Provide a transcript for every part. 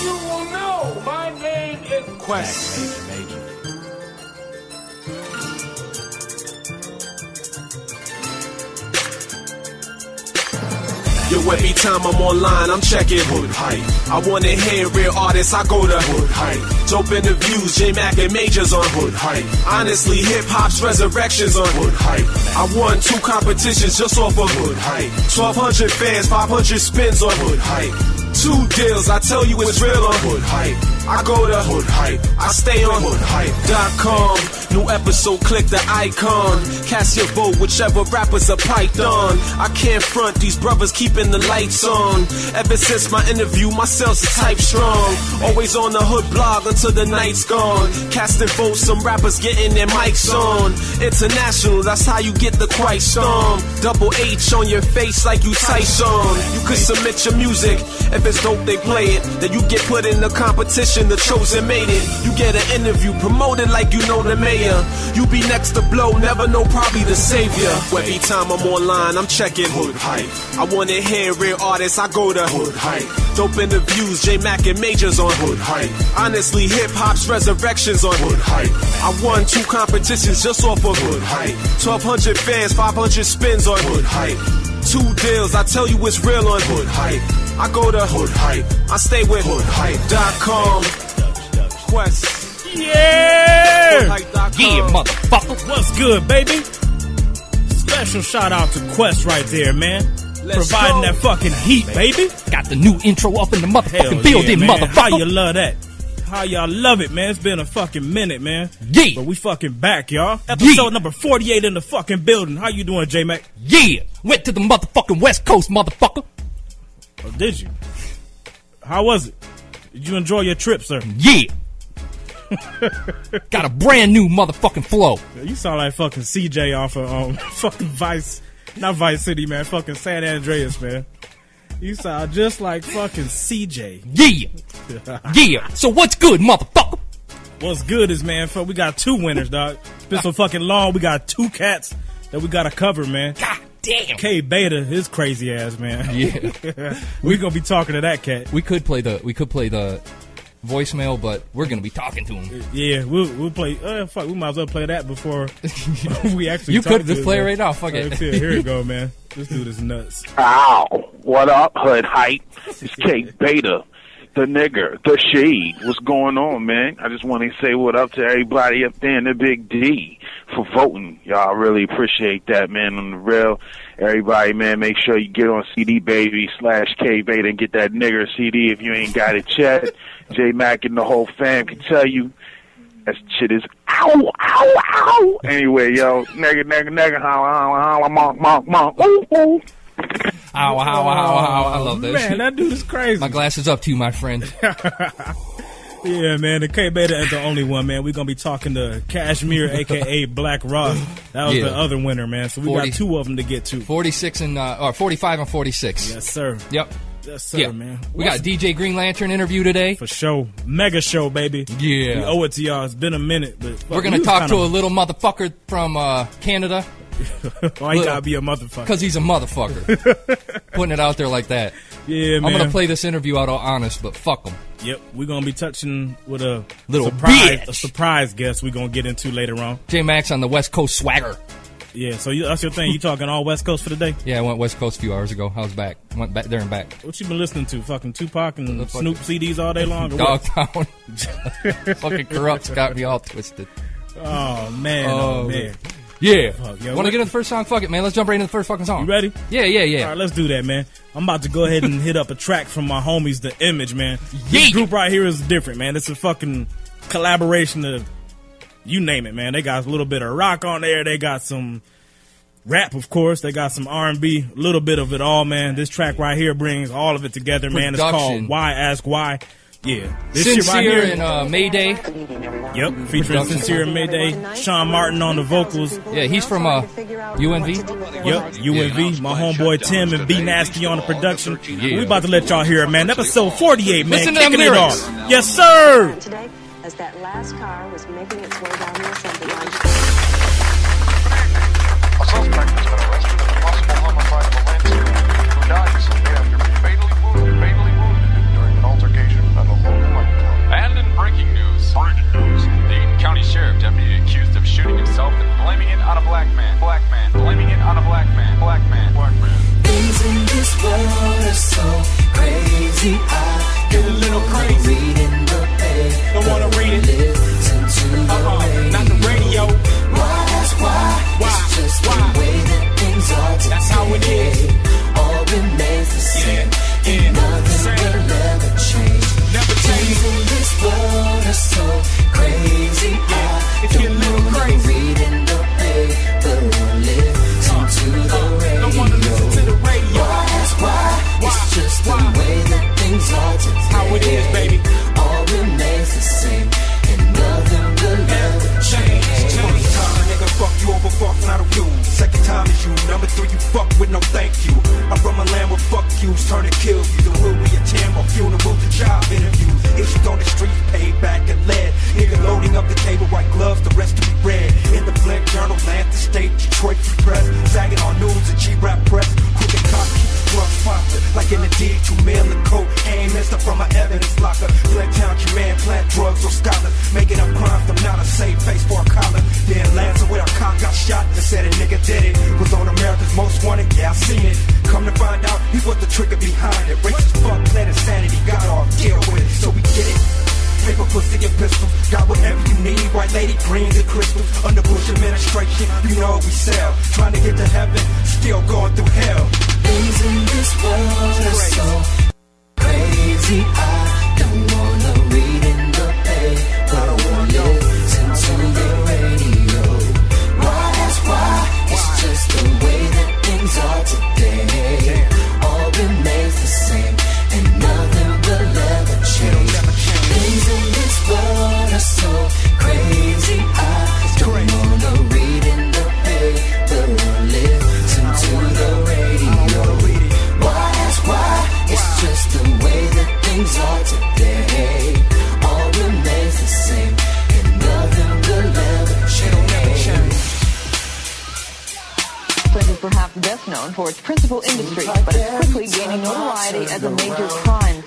you will know my name is Quest. Yo, every time I'm online, I'm checking Hood Hype. I wanna hear real artists, I go to Hood Hype. Dope interviews, J Mac and Majors on Hood Hype. Honestly, hip hop's resurrections on Hood Hype. I won two competitions just off of Hood Hype. 1200 fans, 500 spins on Hood Hype. Two deals, I tell you it's real on Hood Hype. I go to Hood Hype, I stay on Hood Hype.com. New episode, click the icon. Cast your vote, whichever rappers are piped on. I can't front, these brothers keeping the lights on. Ever since my interview, my sales are type strong. Always on the hood blog until the night's gone. Casting votes, some rappers getting their mics on. International, that's how you get the quite storm. Double H on your face like you Tyson. You could submit your music. If it's dope, they play it. Then you get put in the competition, the chosen made it. You get an interview, promoted like you know the mayor. You be next to blow, never know, probably the savior. Every time I'm online, I'm checking Hood Hype. I wanna hear real artists, I go to Hood Hype. Dope interviews, J Mac and Majors on Hood Hype. Honestly, hip hop's resurrections on Hood Hype. I won two competitions just off of Hood Hype. 1200 fans, 500 spins on Hood Hype. Two deals, I tell you it's real on Hood Hype. I go to Hood Hype, I stay with HoodHype.com. Quest. Yeah! HoodHype.com. motherfucker. What's good, baby? Special shout out to Quest right there, man. Let's Providing go. that fucking heat, baby. Got the new intro up in the Hell motherfucking yeah, building, man. How you motherfucker. love that? How y'all love it, man? It's been a fucking minute, man. Yeah. But we fucking back, y'all. Episode Yeah. number 48 in the fucking building. How you doing, J-Mac? Yeah, went to the motherfucking West Coast, motherfucker. Or Oh, did you? How was it? Did you enjoy your trip, sir? Yeah. Got a brand new motherfucking flow. You sound like fucking CJ off of um, fucking Vice, not Vice City, man. Fucking San Andreas, man. You sound just like fucking CJ. Yeah. Yeah. So what's good, motherfucker? What's good is, man, fuck, we got two winners, dog. It's been so fucking long. We got two cats that we got to cover, man. God damn. K Beta, his crazy ass, man. Yeah. we going to be talking to that cat. We could play the we could play the voicemail, but we're gonna be talking to him. Yeah, we'll, we'll play. Uh, fuck, we might as well play that before we actually You talk could to just this play it man. right now, fuck it. Alright, Here here we go, man. This dude is nuts. Ow. What up, Hood Hype? It's Cake Beta, the nigger, the shade. What's going on, man? I just want to say what up to everybody up there in the Big D for voting. Y'all I really appreciate that, man, on the real. Everybody, man, make sure you get on CD Baby slash K Beta and get that nigger CD if you ain't got it yet. J Mac and the whole fam can tell you that shit is ow, ow, ow. Anyway, yo, nigga, nigga, nigga, holla, holla, holla, monk, monk, monk, ooh, ooh. Ow, ow, ow, ow, ow. I love this. Man, that dude is crazy. My glasses up to you, my friend. Yeah, man, the K Beta is the only one, man. We're gonna be talking to Cashmere, aka Black Rock. That was Yeah. the other winner, man. So we 40. got two of them to get to. Forty-six and uh, or forty-five and forty-six. Yes, sir. Yep. Yes, sir, yeah, man. We What's- got DJ Green Lantern interview today. for show, mega show, baby. Yeah. we owe it to y'all. It's been a minute, but fuck, We're gonna you talk kinda- to a little motherfucker from uh, Canada Why you gotta be a motherfucker? because he's a motherfucker. Putting it out there like that. Yeah, man. I'm gonna play this interview out all honest, but fuck him. Yep, we're gonna be touching with a Little surprise, bitch. a surprise guest. We're gonna get into later on. J Max on the West Coast swagger. Yeah, so you, that's your thing. You talking all West Coast for the day? Yeah, I went West Coast a few hours ago. I was back. Went back there and back. What you been listening to? Fucking Tupac The and fuck- Snoop CDs all day long? or what? Dogtown. Fucking corrupts got me all twisted. Oh man, oh, Oh, man. Yeah. Fuck, yo, Want what- to get into the first song? Fuck it, man. Let's jump right into the first fucking song. You ready? Yeah, yeah, yeah. All right, let's do that, man. I'm about to go ahead and hit up a track from my homies, The Image, man. This Yeah. group right here is different, man. It's a fucking collaboration of you name it, man. They got a little bit of rock on there. They got some rap, of course. They got some R&B, a little bit of it all, man. This track right here brings all of it together, man. It's called Production. Why Ask Why. Yeah, this shit right Sincere here. and uh, Mayday. yep, featuring Production. Sincere and Mayday, Sean Martin on the vocals. Yeah, he's from uh, UNV. Yep, UNV, my homeboy Tim and B Nasty on the production. We about to let y'all hear it, man. Episode 48, man. Listen to them Kicking it off. lyrics. Yes, sir. Today, as that last car was making its way down the assembly line. A suspect has been arrested in the possible homicide of a landscaper who died shortly after being fatally wounded, fatally wounded during an altercation at a local Get a little crazy. Don't wanna read it. Uh-uh, not the radio. Why? Why? That's how it is. Yeah, yeah. Same. Never change. Yeah, it's getting a little crazy. Don't wanna listen to the radio. How it is, baby. Change, change. time, nigga, fuck you over fuck, not a you. Second time is you. Number three, you fuck with no thank you. I run my land with fuck yous, turn and kill you. The will we attend my funeral, the job interview. Issued on the street, paid back and lead. Nigga loading up the table, white gloves, the rest to be read. In the Flint Journal, Atlanta State, Detroit Free Press. Sagging on news and G-Rap Press. Crooked cop, keep the drugs proper. Like in the D, two mil and coke. Aim mister from my evidence locker. Flint Town, your man plant drugs or scholars. Making up crimes from not a safe face for a collar. Then Lancer with a cop got shot and said a nigga did it. Was on America's most wanted, yeah, I seen it. Come to find out, he was the trigger behind it. Racist fuck, let insanity got off, deal with it, so we get it. Paper, pussy, and pistols. Got whatever you need. White lady, greens, and crystals. Under Bush administration, you know we sell. Trying to get to heaven, still going through hell. Crazy. Flint is perhaps best known for its principal industry, but it's quickly gaining notoriety as a major crime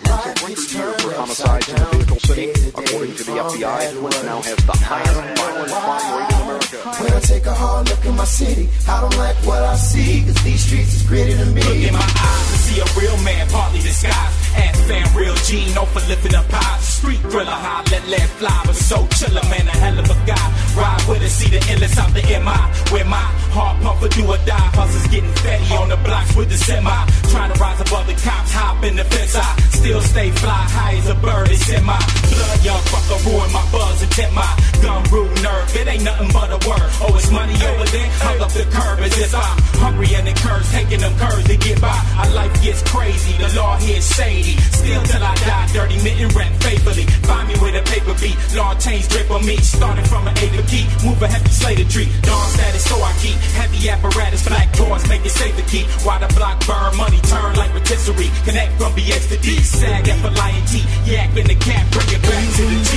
center. homicides in the Vehicle City, according to the FBI, Flint now has the highest violent crime rate in America. When I take a hard look at my city, I don't like what I see, cause these streets is greater than me. Look in my eyes and see a real man partly disguised. Ass fan, real G, no for lifting up high. Street thriller high, let lead fly, but so chiller, man, a hell of a guy. Ride with us, see the endless out the MI. Where my hard pump for do or die. Hustles getting fatty on the blocks with the semi. Trying to rise above the cops, hop in the fence. I still stay fly, high as a bird, it's in my blood. Young fucker ruin my buzz and tip my gum rude nerve. It ain't nothing but a word. Oh, it's money over there, hung up the curb as if I'm hungry and encouraged, taking them curves to get by. Our life gets crazy, the law here is shady. Still till I die, dirty mitten rap faithfully. Find me with a paper beat, law change drip on me. Starting from an A to key, move a hefty slater tree. Dawn status, so I keep heavy apparatus, black doors, make it safe to keep. While the block burn, money turn like rotisserie. Connect from BX to D, sag F for lion T, yak in the cap, bring it back to the G.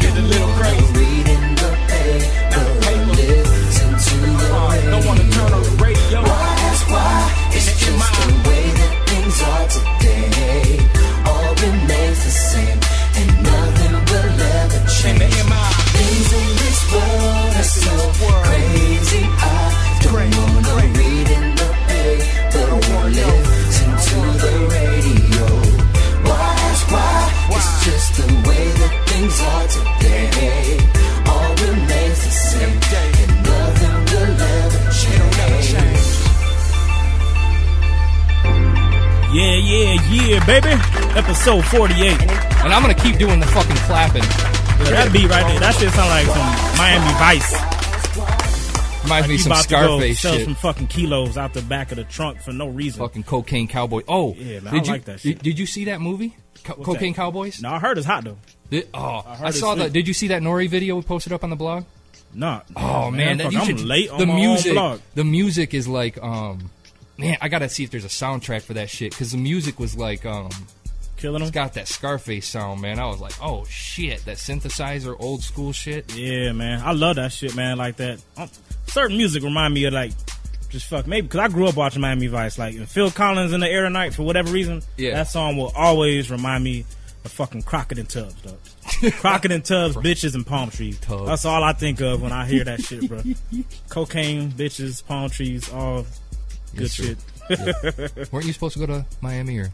Get a little crazy. Now the paper. Uh, don't wanna turn on the radio. And in my and the MI. That's in this world. Crazy, crazy. Don't wanna know. Yeah, yeah, yeah, baby. Episode 48. And I'm gonna keep doing the fucking clapping. That beat right there, that shit sound like some Miami Vice. Reminds me you of some about to go Scarface sell shit. some fucking kilos out the back of the trunk for no reason. Fucking cocaine cowboy. Oh, Yeah, man, I did you like that shit. Did, did you see that movie? Co- What's cocaine that? cowboys. No, I heard it's hot though. Did- oh, I, heard saw that. it's sweet. Did you see that Nori video we posted up on the blog? Nah. Oh man, that, fuck, you I'm should, late on the my own music. blog. The music is like, um, man, I gotta see if there's a soundtrack for that shit because the music was like, um, Killing it's them. got that Scarface sound, man. I was like, oh shit, that synthesizer, old school shit. Yeah, man, I love that shit, man. Like that, um, certain music remind me of like just fuck maybe because I grew up watching Miami Vice. Like and Phil Collins in the air tonight for whatever reason. Yeah. that song will always remind me of fucking Crockett and Tubbs, though. Crockett and Tubbs, bitches and palm trees. Tubbs. That's all I think of when I hear that shit, bro. Cocaine, bitches, palm trees, all good Yes, sir. shit. Weren't you supposed to go to Miami or?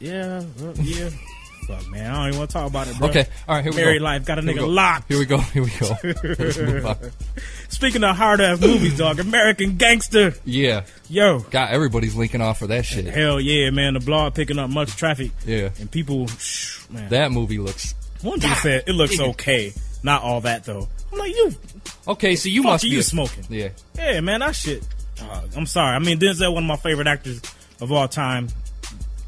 Yeah, well, yeah. Fuck, man, I don't even want to talk about it, bro. Okay, all right, here we go. Married life got a Here we nigga go. locked. Here we go. Here we go. Let's move on. Speaking of hard ass movies, dog, American Gangster. Yeah. Yo. God, everybody's linking off for that shit. Hell yeah, man. The blog picking up much traffic. Yeah. And people, shh, man. That movie looks. One dude said it looks Damn. okay. Not all that though. I'm like you. Okay, so you fuck must you be a- smoking. Yeah. Yeah, man, that shit. uh, I'm sorry. I mean, Denzel, one of my favorite actors of all time.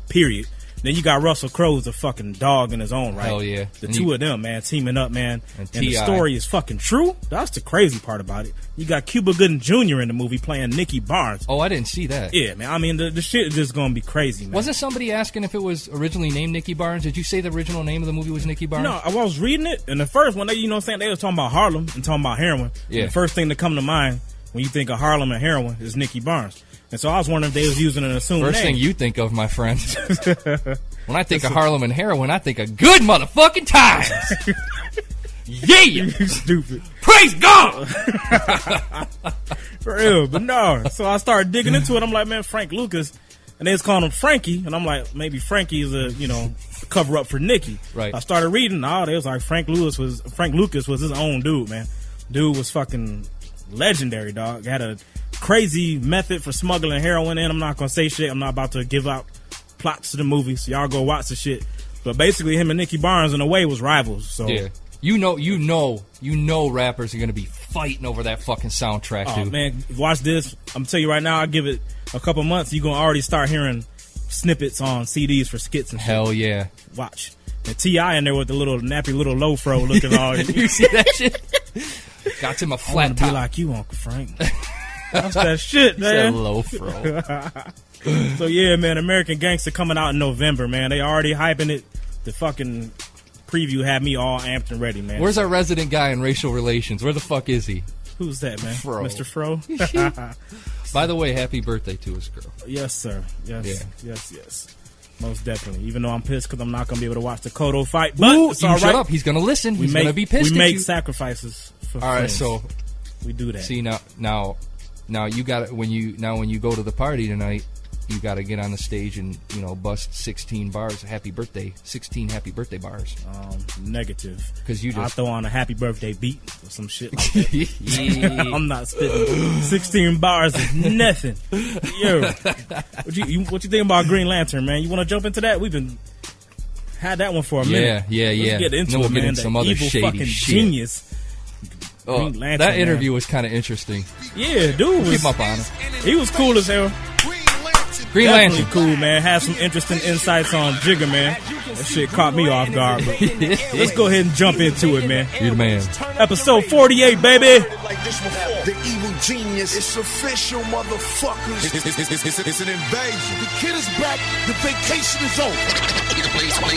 Period. Then you got Russell Crowe, who's a fucking dog in his own right. Hell yeah. The And two you- of them, man, teaming up, man. And And, the T.I.. story is fucking true. That's the crazy part about it. You got Cuba Gooding Jr. in the movie playing Nicky Barnes. Oh, I didn't see that. Yeah, man. I mean, the, the shit is just gonna be crazy, man. Wasn't somebody asking if it was originally named Nicky Barnes? Did you say the original name of the movie was Nicky Barnes? No, I was reading it, and the first one, they, you know what I'm saying? They was talking about Harlem and talking about heroin. Yeah. And the first thing that come to mind when you think of Harlem and heroin is Nicky Barnes. And so I was wondering if they was using an assumed First name. thing you think of, my friend. when I think of Harlem and heroin, I think of good motherfucking times. yeah, You stupid. praise God. For real, but no. So I started digging into it. I'm like, man, Frank Lucas. And they was calling him Frankie. And I'm like, maybe Frankie is a, you know, cover up for Nicky. Right. I started reading. Oh, they was like, Frank Lewis was, Frank Lucas was his own dude, man. Dude was fucking legendary, dog. Had a crazy method for smuggling heroin in. I'm not going to say shit. I'm not about to give out plots to the movie. So y'all go watch the shit. But basically, him and Nicky Barnes, in a way, was rivals. So Yeah, you know, you know, you know, rappers are gonna be fighting over that fucking soundtrack, Oh dude. man, watch this. I'm telling you right now, I give it a couple months, you're gonna already start hearing snippets on CDs for skits and shit. Hell yeah! Watch. And T.I. in there with the little nappy little low fro looking all Did you see that shit? Got him a I wanna flat be top. like you, Uncle Frank. That's that shit, Said man. low fro. So yeah, man, American Gangster coming out in November, man. They already hyping it. The fucking preview had me all amped and ready, man. Where's our resident guy in racial relations? Where the fuck is he? Who's that, man? Fro. Mr. Fro? By the way, happy birthday to his girl. Yes, sir. Yes, Yeah. yes, yes. Most definitely. Even though I'm pissed because I'm not gonna be able to watch the Kodo fight, but Ooh, it's you all right. shut up. He's gonna listen. we He's make gonna be pissed. we at make you. sacrifices. For All right, friends. so we do that. see now, now, now you got to when you now when you go to the party tonight, you got to get on the stage and you know bust sixteen bars. Happy birthday, sixteen happy birthday bars. um, negative 'Cause you I just- throw on a happy birthday beat or some shit. Like that. Yeah. I'm not spitting. Sixteen bars is nothing. Yo, what you, you what you think about Green Lantern, man? You want to jump into that? We've been had that one for a Yeah, minute. yeah, Let's yeah. Get into Then we'll it, get man. into That some other evil shady fucking shit. genius. Oh, Green Lantern, that man. interview was kind of interesting. Yeah, dude Keep was up on it. he was cool as hell. Green Definitely Lantern. cool, man. Had some interesting insights on Jigger, man. That shit caught me off guard, but let's go ahead and jump into it, man. You the man. Episode 48, baby. The evil genius. It's official, motherfuckers. It's, an invasion. The kid is back. The vacation is over.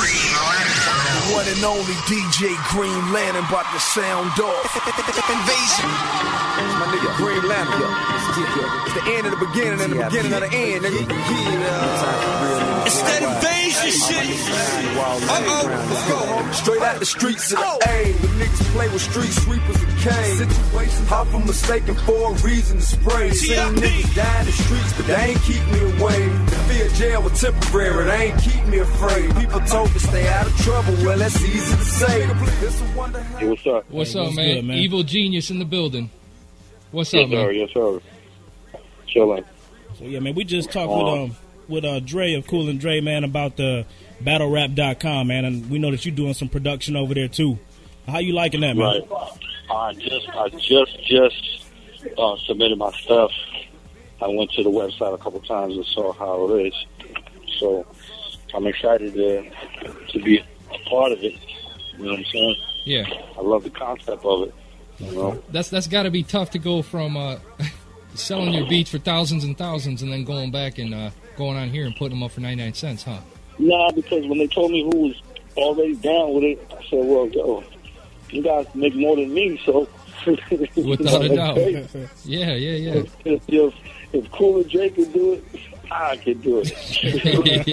The one and only DJ Green Lantern about to sound off. invasion. My nigga Green Lantern. It's the end of the beginning and the beginning of the end, nigga. It's that invasion Straight out the streets of the A. The niggas play with street sweepers and canes. Situations how from mistaken for a reason to spray. Seen niggas die in the streets, but they ain't keep me away. The fear of jail was temporary, they ain't keep me afraid. People told me stay out of trouble, well that's easy to say. It's a wonder how What's up? What's Hey, up, man? what's good, man? Evil genius in the building. What's Yes, up, sir. man? Yes, sir. Chilling. So, yeah, man, we just talked with um with uh Dre of Cool and Dre, man, about the battlerap.com, man, and we know that you're doing some production over there too. How you liking that, man? Right. I just, I just, just uh, submitted my stuff. I went to the website a couple times and saw how it is. So I'm excited to, to be a part of it. You know what I'm saying? Yeah, I love the concept of it. You know, that's that's got to be tough to go from uh, selling your beats for thousands and thousands and then going back and uh, going on here and putting them up for ninety nine cents, huh? nah, because when they told me who was already down with it, I said, "Well, yo, you guys make more than me, so." Without a doubt. Okay. Yeah, yeah, If, if, if, if Cooler Jay can do it, I can do it. yeah. Handle your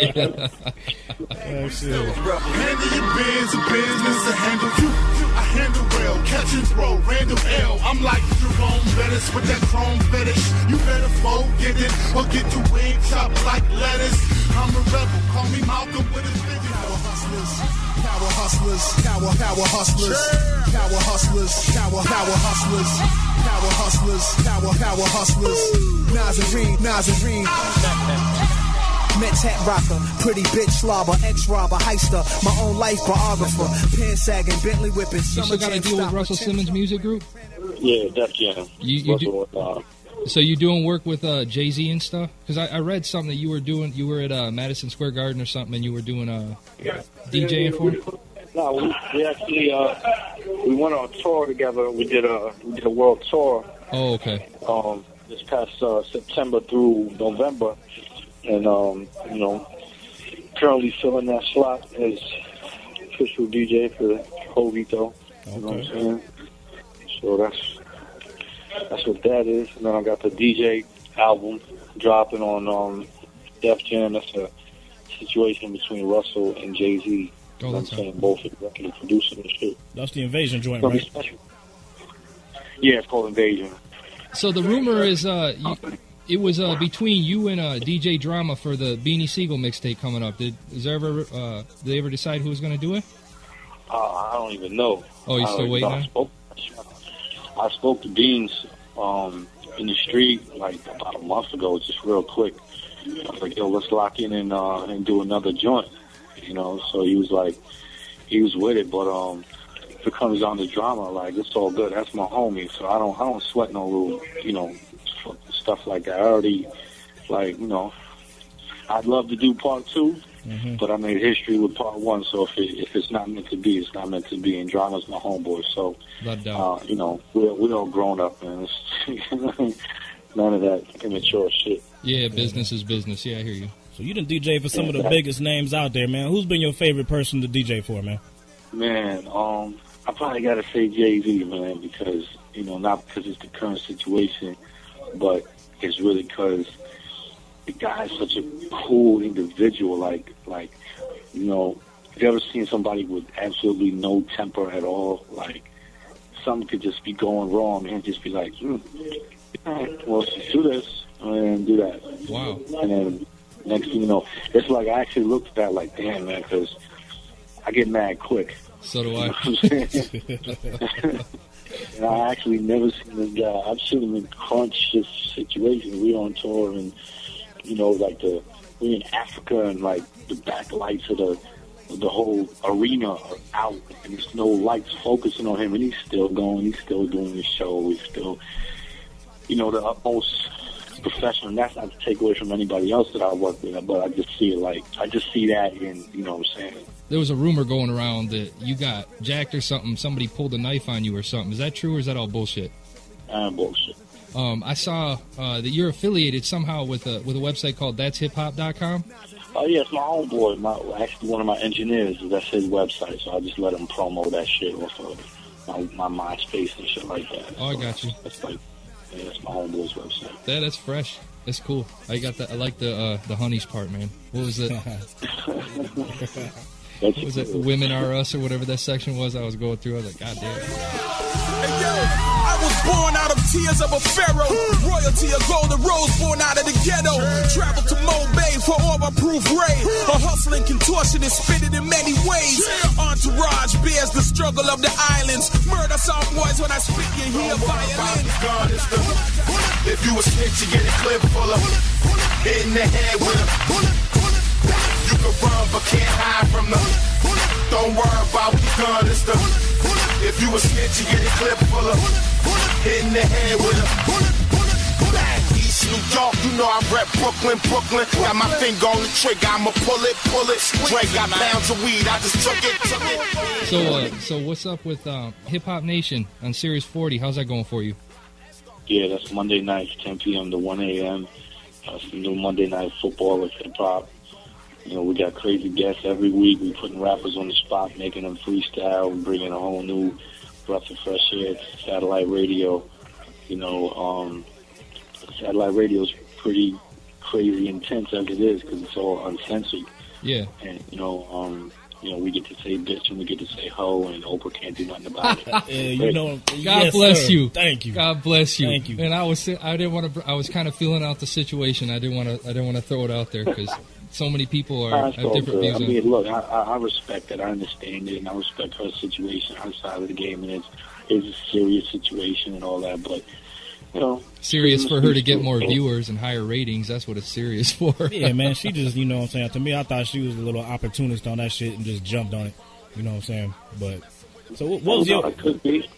biz, a business to handle you. I handle well. Catch and throw, Randall L. I'm like Jerome Bettis with that chrome fetish. You better fold, get it, or get your wig chopped like lettuce. I'm a rebel, call me Malcolm with his figure. Power hustlers, power hustlers, power, power hustlers, power hustlers, power, power hustlers, power hustlers, power, power hustlers. Nazarene, Nazarene. Mets hat rocker, pretty bitch slobber, ex robber, heister, my own life biographer, pan sagging, Bentley whipping. You still got to deal with Russell Simmons' music group. Yeah, Uh, Def Jam. You, you do, so you doing work with uh, Jay Z and stuff? Because I, I read something that you were doing. You were at uh, Madison Square Garden or something, and you were doing uh, DJing for him. No, Uh, we, we actually uh, we went on tour together. We did a we did a world tour Oh, okay. um, this past uh, September through November, and um, you know, currently filling that slot as official DJ for Jovito. You know what I'm saying? So that's that's what that is. And then I got the DJ album dropping on um, Def Jam. That's a situation between Russell and Jay Z. Oh, I'm that's right. saying both executive producers and shit. That's the invasion joint, Gonna be right? special. Yeah, it's called Invasion. So the rumor is uh, you, it was uh, between you and uh, DJ Drama for the Beanie Siegel mixtape coming up. Did is there ever uh, did they ever decide who was going to do it? Uh, I don't even know. Oh, you I don't still even waiting know. I on? spoke, I spoke to Beans um, in the street like about a month ago, just real quick. I was like, yo, let's lock in and uh, and do another joint, you know. So he was like, he was with it, but um, if it comes down to drama, like it's all good. That's my homie, so I don't I don't sweat no little, you know, stuff like that. I already, like you know, I'd love to do part two, but I made history with part one. So if it, if it's not meant to be, it's not meant to be. And drama's my homeboy, so Not uh, you know we're we're all grown up, man. It's none of that immature shit. Yeah, business is business. Yeah, I hear you. So you done DJ for some of the biggest names out there, man. Who's been your favorite person to DJ for, man? Man, um, I probably gotta say Jay Z, man, because you know not because it's the current situation, but it's really because the guy's such a cool individual. Like, like you know, if you ever seen somebody with absolutely no temper at all, like something could just be going wrong and he'd just be like, hmm, all right, well, let's do this and do that. Wow. And then next thing you know, it's like I actually looked at that like, damn, man, because I get mad quick. So do I. and I actually never seen this guy. I've seen him in conscious situations. We on tour and you know, like the we in Africa and like the back lights of the the whole arena are out and there's no lights focusing on him and he's still going, he's still doing his show, he's still you know, the utmost professional and that's not to take away from anybody else that I work with, but I just see it like I just see that in you know what I'm saying. There was a rumor going around that you got jacked or something. Somebody pulled a knife on you or something. Is that true or is that all bullshit? Uh, bullshit. Um, I saw uh, that you're affiliated somehow with a with a website called that'shiphop.com. Oh yeah, it's my own boy. My actually one of my engineers. That's his website, so I just let him promo that shit off of my, my MySpace and shit like that. Oh, I got you. That's like, yeah, that's my homeboy's website. Yeah, that's fresh. That's cool. I got the I like the uh, the honeys part, man. What was it? what was it? Women are us or whatever that section was. I was going through. I was like, God damn. I was born out of tears of a pharaoh. Royalty, a golden rose born out of the ghetto. Traveled to Mobay for all my proof ray. A hustling contortionist spitted in many ways. Entourage bears the struggle of the islands. Murder sound boys when I spit, you hear violin. If you a snitch, you get a clip full of hit in the head with a You can run but can't hide from the Don't worry about the gun, it's the If you a snitch, you get a clip full of hit in the head with a Back East New York, you know I rep Brooklyn, Brooklyn. Got my finger on the trigger, I'ma pull it, pull it. Dre got pounds of weed, I just took it, took it. So uh, so what's up with um, Hip Hop Nation on Series 40? How's that going for you? Yeah, that's Monday nights, 10 p.m. to 1 a.m. That's the Uh, new Monday night football with hip hop. You know, we got crazy guests every week. We putting rappers on the spot, making them freestyle, and bringing a whole new breath of fresh air to satellite radio. You know, um, satellite radio's pretty crazy intense as it is because it's all uncensored Yeah. and you know, um, you know, we get to say bitch and we get to say hoe, and Oprah can't do nothing about it. Yeah, you know- But- God Yes, bless sir. you. Thank you. God bless you. Thank you. And I was si- I didn't want to I was kind of feeling out the situation. I didn't want to I didn't want to throw it out there because so many people are I, have different views. I on- mean, look, I, I I respect that. I understand it, and I respect her situation, her side of the game, and it's it's a serious situation and all that. But you know, serious for her to get more Yeah. viewers and higher ratings. That's what it's serious for. yeah, man, she just, you know what I'm saying? To me, I thought she was a little opportunist on that shit and just jumped on it. You know what I'm saying? But, so what, what was your. It could be.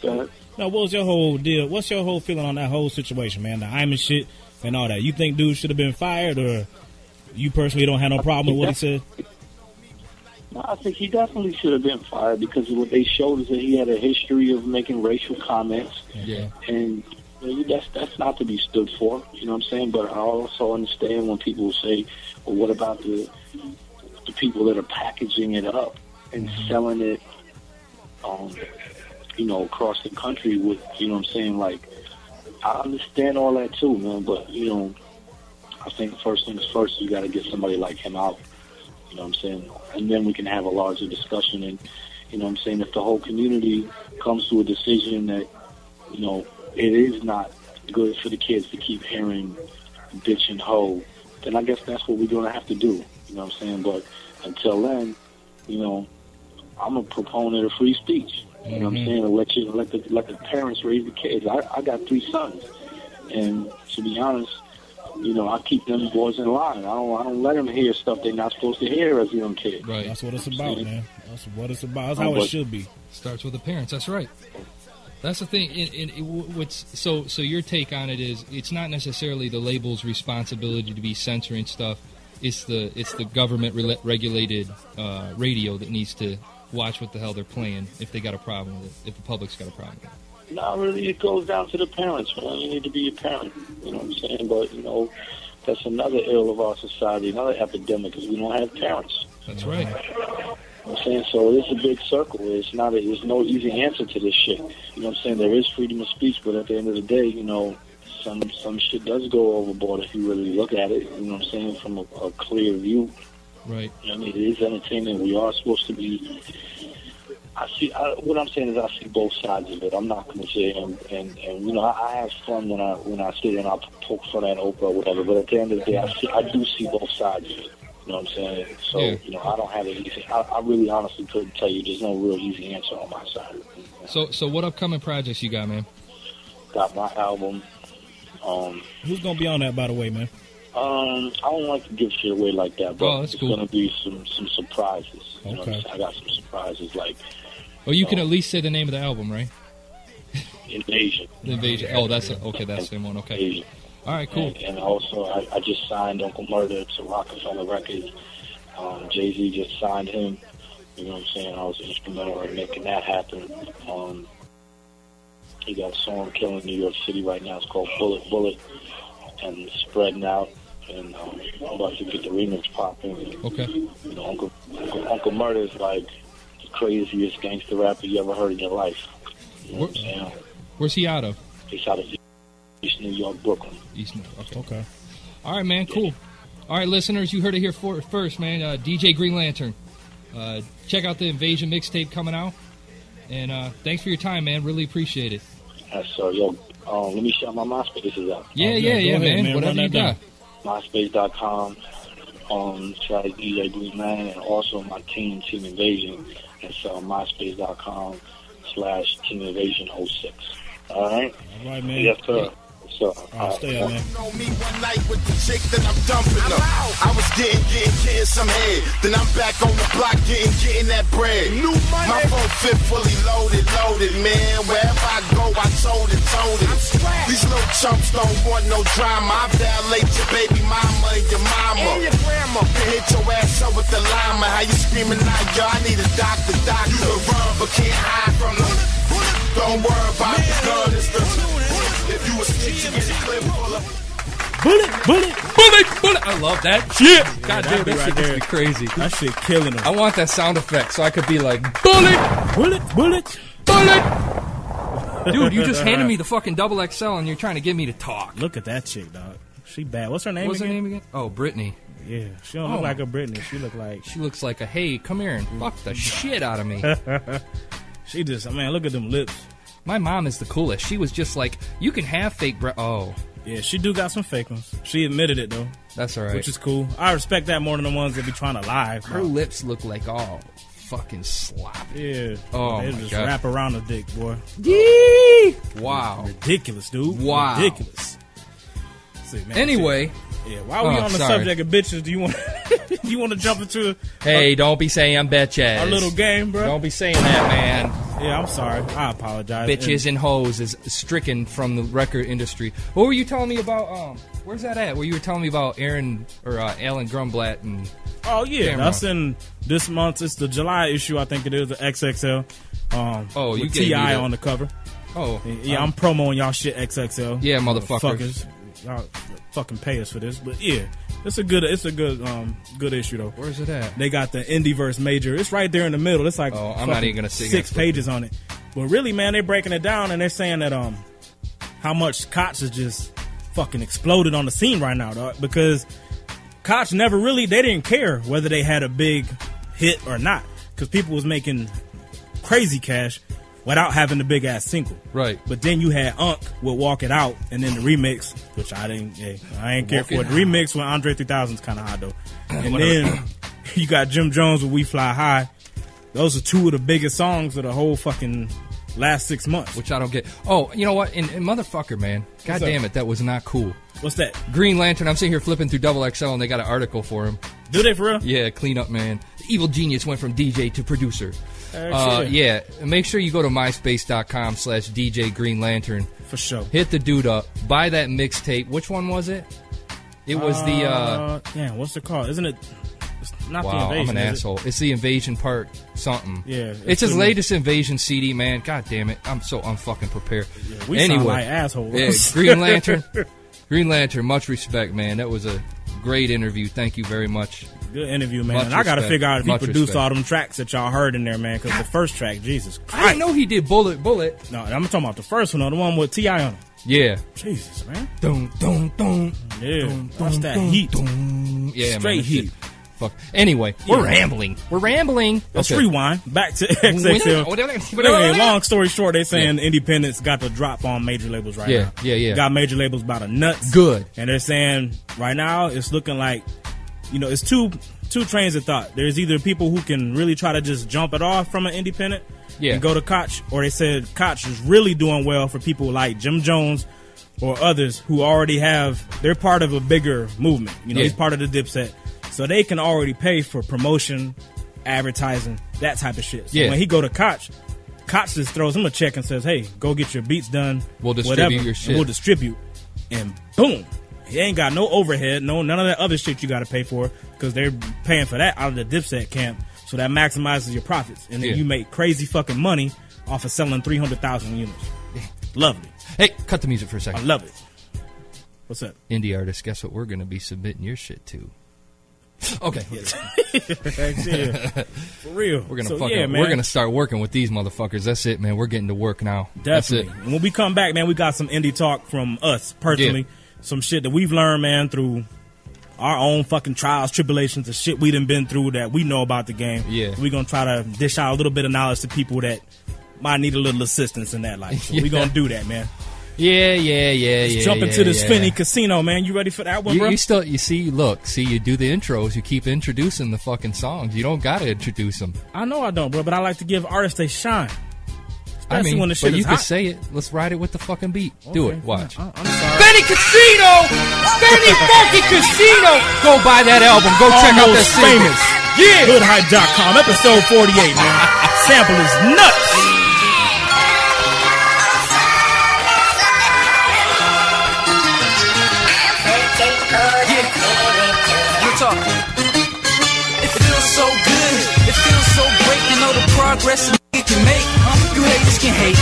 Go ahead. No, what was your whole deal? What's your whole feeling on that whole situation, man? The Hyman shit and all that. You think dude should have been fired, or you personally don't have no problem with what he said? No, I think he definitely should have been fired because what they showed is that he had a history of making racial comments, Yeah. and you know, that's that's not to be stood for. You know what I'm saying? But I also understand when people say, "Well, what about the the people that are packaging it up and selling it, um, you know, across the country?" With you know what I'm saying? Like, I understand all that too, man. But you know, I think first things first, you got to get somebody like him out. You know what I'm saying? And then we can have a larger discussion. And, you know what I'm saying? If the whole community comes to a decision that, you know, it is not good for the kids to keep hearing bitch and hoe, then I guess that's what we're going to have to do. You know what I'm saying? But until then, you know, I'm a proponent of free speech. You know what I'm saying? Let you let the let the parents raise the kids. I, I got three sons, and to be honest, you know I keep them boys in line. I don't I don't let them hear stuff they're not supposed to hear as young kids. Right. That's what it's about, man. That's what it's about. That's Oh, how it but- should be. Starts with the parents. That's right. That's the thing. And, and it- what's so so your take on it is it's not necessarily the label's responsibility to be censoring stuff. It's the it's the government rela- regulated uh, radio that needs to watch what the hell they're playing if they got a problem with it. If the public's got a problem with it. No, really, it goes down to the parents. Man. You need to be a parent. You know what I'm saying? But you know, that's another ill of our society, another epidemic, is we don't have parents. That's right. You know what I'm saying so. It's a big circle. It's not. A, there's no easy answer to this shit. You know what I'm saying? There is freedom of speech, but at the end of the day, you know, some some shit does go overboard if you really look at it. You know what I'm saying? From a, a clear view. Right. You know what I mean? It is entertainment. We are supposed to be. I see. I, what I'm saying is, I see both sides of it. I'm not going to say and, and and you know, I, I have fun when I when I sit and I poke fun at Oprah or whatever. But at the end of the day, I see. I do see both sides of it. You know what I'm saying? So Yeah. you know, I don't have an easy. I, I really, honestly couldn't tell you. There's no real easy answer on my side. So so what upcoming projects you got, man? Got my album. Um, Who's gonna be on that, by the way, man? Um, I don't like to give shit away like that, but Oh, that's it's gonna be some some surprises. You know what I'm Okay. saying? I got some surprises like Well, Oh, you can at least say the name of the album, right? Invasion. The Invasion. Oh, that's okay. That's the same one. Okay. All right. Cool. And, and also, I, I just signed Uncle Murder to Rockefeller Records. Um, Jay Z just signed him. You know what I'm saying? I was instrumental in making that happen. Um, he got a song killing New York City right now. It's called Bullet Bullet, and it's spreading out. And um, I'm about to get the remix popping. Okay. You know, Uncle, Uncle Uncle Murder is like the craziest gangster rapper you ever heard in your life. You know what I'm saying? Where's he out of? He's out of East New York, Brooklyn. East New Okay. Okay. All right, man. Cool. All right, listeners, you heard it here for, first, man. Uh, DJ Green Lantern. Uh, check out the Invasion mixtape coming out. And uh, thanks for your time, man. Really appreciate it. That's so yo. Um, let me shout my MySpace is uh, out. Oh, Yeah, yeah, yeah, man. Whatever you got. MySpace.com. Um, try DJ Green Man and also my team, Team Invasion. It's uh, MySpace.com slash Team Invasion 06. All right? All right, man. Yes, sir. So, uh, All right, stay out, man. on me one night with the chick that I'm dumping her. I was getting, getting, getting some head. Then I'm back on the block getting, getting that bread. New money. My phone fit fully loaded, loaded, man. Wherever I go, I told it, told it. These little chumps don't want no drama. I violate your baby mama and your mama. And your grandma. And hit your ass up with the llama. How you screaming out, yo, I need a doctor, doctor. You can run, but can't hide from the... Don't worry about the gun, it's the... If you a snitch, you get a clip full of... Bullet, bullet, bullet, bullet. I love that shit. God damn, That'd be that shit right gets there. me crazy. That shit killing him. I want that sound effect so I could be like, bullet, bullet, bullet, bullet. Dude, you just handed me the fucking double XL and you're trying to get me to talk. Look at that chick, dog. She bad. What's her name? What's her again? name again? Oh, Brittany. Yeah, she don't look Oh. like a Britney. She look like she looks like a hey, come here and fuck the shit out of me. she just, man, look at them lips. My mom is the coolest. She was just like, you can have fake breasts. Oh, yeah, she do got some fake ones. She admitted it though. That's all right. Which is cool. I respect that more than the ones that be trying to lie. Her lips look like all fucking sloppy. Yeah. Oh they my just God. wrap around the dick, boy. Wow. Ridiculous, dude. Wow. Ridiculous. See, man, Anyway. shit. yeah. While we Oh, on the sorry. subject of bitches, do you want you want to jump into Hey, don't be saying I'm bitches. our little game, bro? Don't be saying that, man. Yeah, I'm sorry. I apologize. Bitches and hoes is stricken from the record industry. What were you telling me about? Um, where's that at? Where you were telling me about Aaron or uh, Alan Grumblatt and? Oh yeah, Cameron. that's in this month. It's the July issue, I think it is the XXL. Um, Oh, you with gave me Ti that. on the cover. Oh, yeah, I'm promoing y'all shit XXL. Yeah, motherfuckers. Motherfuckers. Y'all fucking pay us for this, but yeah, it's a good, it's a good, um, good issue though. Where's it at? They got the indie verse major. It's right there in the middle. It's like Oh, I'm not fucking even gonna sit here six and pages on it. But really, man, they're breaking it down and they're saying that um, how much Koch has just fucking exploded on the scene right now, dog. Because Koch never really they didn't care whether they had a big hit or not, because people was making crazy cash without having the big ass single. Right. But then you had Unc with Walk It Out and then the remix, which I didn't yeah, I ain't care Walk for. It The Out. remix with Andre 3000's kind of hot though. And Whatever. then you got Jim Jones with We Fly High. Those are two of the biggest songs of the whole fucking last six months. Which I don't get. Oh, you know what? And, and motherfucker, man. God up? damn it, that was not cool. What's that? Green Lantern. I'm sitting here flipping through Double XL, and they got an article for him. Do they for real? Yeah, cleanup man. The evil genius went from DJ to producer. Excellent. Uh, yeah, make sure you go to myspace.com slash DJ Green Lantern. For sure. Hit the dude up. Buy that mixtape. Which one was it? It was the... Um, Uh, damn, what's it called? Isn't it? It's not the wow, invasion. I'm an is it? asshole. It's the Invasion Part something. Yeah, It's, it's his the- latest Invasion CD, man. God damn it. I'm so unfucking prepared. we sound anyway, like assholes. Yeah, Green Lantern. Green Lantern, much respect, man. That was a great interview. Thank you very much. Good interview, man. Much and I got to respect. figure out if he Much produced respect. all them tracks that y'all heard in there, man. Because the first track, Jesus Christ. I didn't know he did Bullet Bullet. No, I'm talking about the first one, or the one with Ti on it. Yeah. Jesus, man. Dun, dun, dun. Yeah, Dun, that's dun, that dun, heat. dun. Yeah, man, Straight that heat. shit- Fuck. Anyway, we're rambling. We're rambling. Let's Okay. rewind back to XXL. anyway, long story short, they saying independents got the drop on major labels right Yeah, now. yeah, yeah. Got major labels by the nuts. Good. And they're saying right now it's looking like, you know, it's two two trains of thought. There's either people who can really try to just jump it off from an independent Yeah. and go to Koch, or they said Koch is really doing well for people like Jim Jones or others who already have they're part of a bigger movement. You know, Yeah. he's part of the Dipset, so they can already pay for promotion, advertising, that type of shit. So Yeah. when he go to Koch, Koch just throws him a check and says, "Hey, go get your beats done. We'll distribute whatever, your and shit." We'll distribute." And boom, he ain't got no overhead, no none of that other shit you got to pay for because they're paying for that out of the Dipset camp. So that maximizes your profits, and then Yeah. you make crazy fucking money off of selling three hundred thousand units. Lovely, Hey, cut the music for a I second. love it. What's up? Indie artists, guess what we're going to be submitting your shit to? Okay. Thanks, yeah. For real. We're gonna So, fucking, yeah, man. we're gonna start working with these motherfuckers. That's it, man. We're getting to work now. That's it. Definitely. And when we come back, man, we got some indie talk from us personally. Some shit that we've learned, man, through our own fucking trials, tribulations, the shit we done been through that we know about the game. Yeah. We're gonna try to dish out a little bit of knowledge to people that might need a little assistance in that life. So Yeah. we're gonna do that, man. Yeah, yeah, yeah, Let's yeah. jump into yeah, this yeah. Finney casino, man. You ready for that one, You, bro? you still, you see, look, see, you do the intros. You keep introducing the fucking songs. You don't gotta introduce them. I know I don't, bro, but I like to give artists they shine. I Especially mean, when the but shit is you can hot. say it. Let's ride it with the fucking beat. Do it. Watch. Benny Casino! Benny fucking Casino! Go buy that album. Go check out that Almost single. famous. Yeah. Hoodhype.com, episode 48, man. Sample is nuts. Real talk. It feels so good. It feels so great to know the progress a nigga can make. You haters can hate.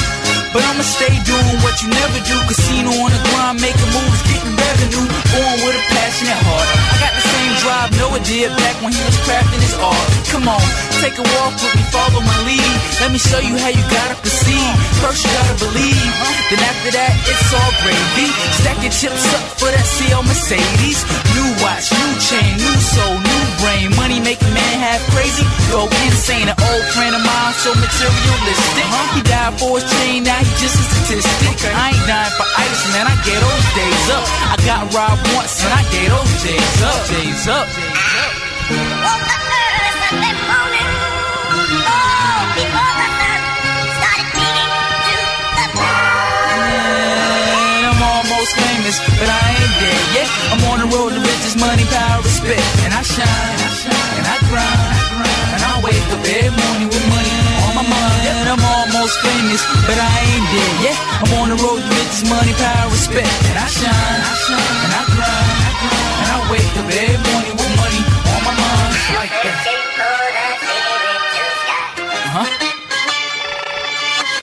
But I'ma stay doing what you never do. Casino on the grind, making moves, getting revenue. Born with a passionate heart. I got the same drive Noah did back when he was crafting his art. Come on, take a walk with me, follow my lead. Let me show you how you gotta proceed. First you gotta believe, then after that it's all gravy. Stack your chips up for that CL Mercedes. New watch, new chain, new soul, new brain. Money making man half crazy, go insane. An old friend of mine so materialistic. He died for his chain, now he just a statistic. I ain't dying for ice, man. I get those days up. I got robbed once, and I get those days up. Days up. Man, I'm almost famous, but I ain't dead yet. I'm on the road to riches, money, power, respect. And I shine, and I grind, and I wake up every morning with money on my mind. I'm almost famous, but I ain't dead yet. I'm on the road to riches, money, power, respect. And I shine, and I grind, and I wake up every morning with money on my mind. Like that. Uh-huh.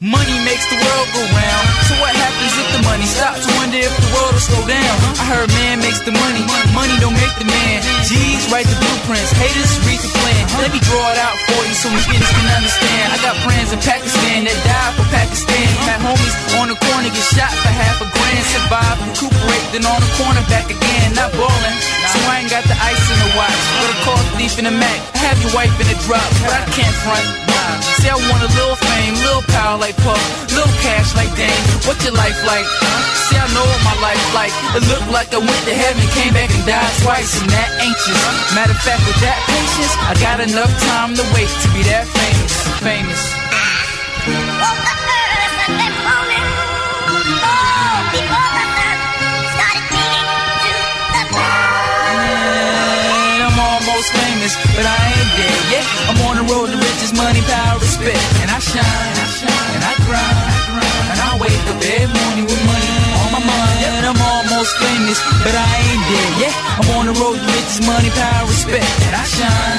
Money makes the world go round. So what happens if the money stops? Wonder if the world will slow down. I heard man makes the money, money don't make the man. G's write the blueprints, haters read the plan. Let me draw it out for you so we kids can understand. I got friends in Pakistan that died for Pakistan. Had homies on the corner get shot for half a grand. Survive, recuperate, then on the corner back again. Not ballin', so I ain't got the ice in the watch. Or the cough leaf in the Mac. I have your wife in the drop, but I can't front. Say I want a little fame, little power like Puff, little cash like Dame. What your life like? Huh? Say I know what my life like. It looked like I went to heaven, came back and died twice, and that anxious. Matter of fact, with that patience, I got enough time to wait to be that famous, famous. Man, I'm almost famous, but I ain't dead yet. I'm on the road to riches, money, power, respect. And I shine, and I grind, and I wake up every morning with money on my mind. And I'm almost famous, but I ain't dead yet. I'm on the road to riches, money, power, respect. And I shine,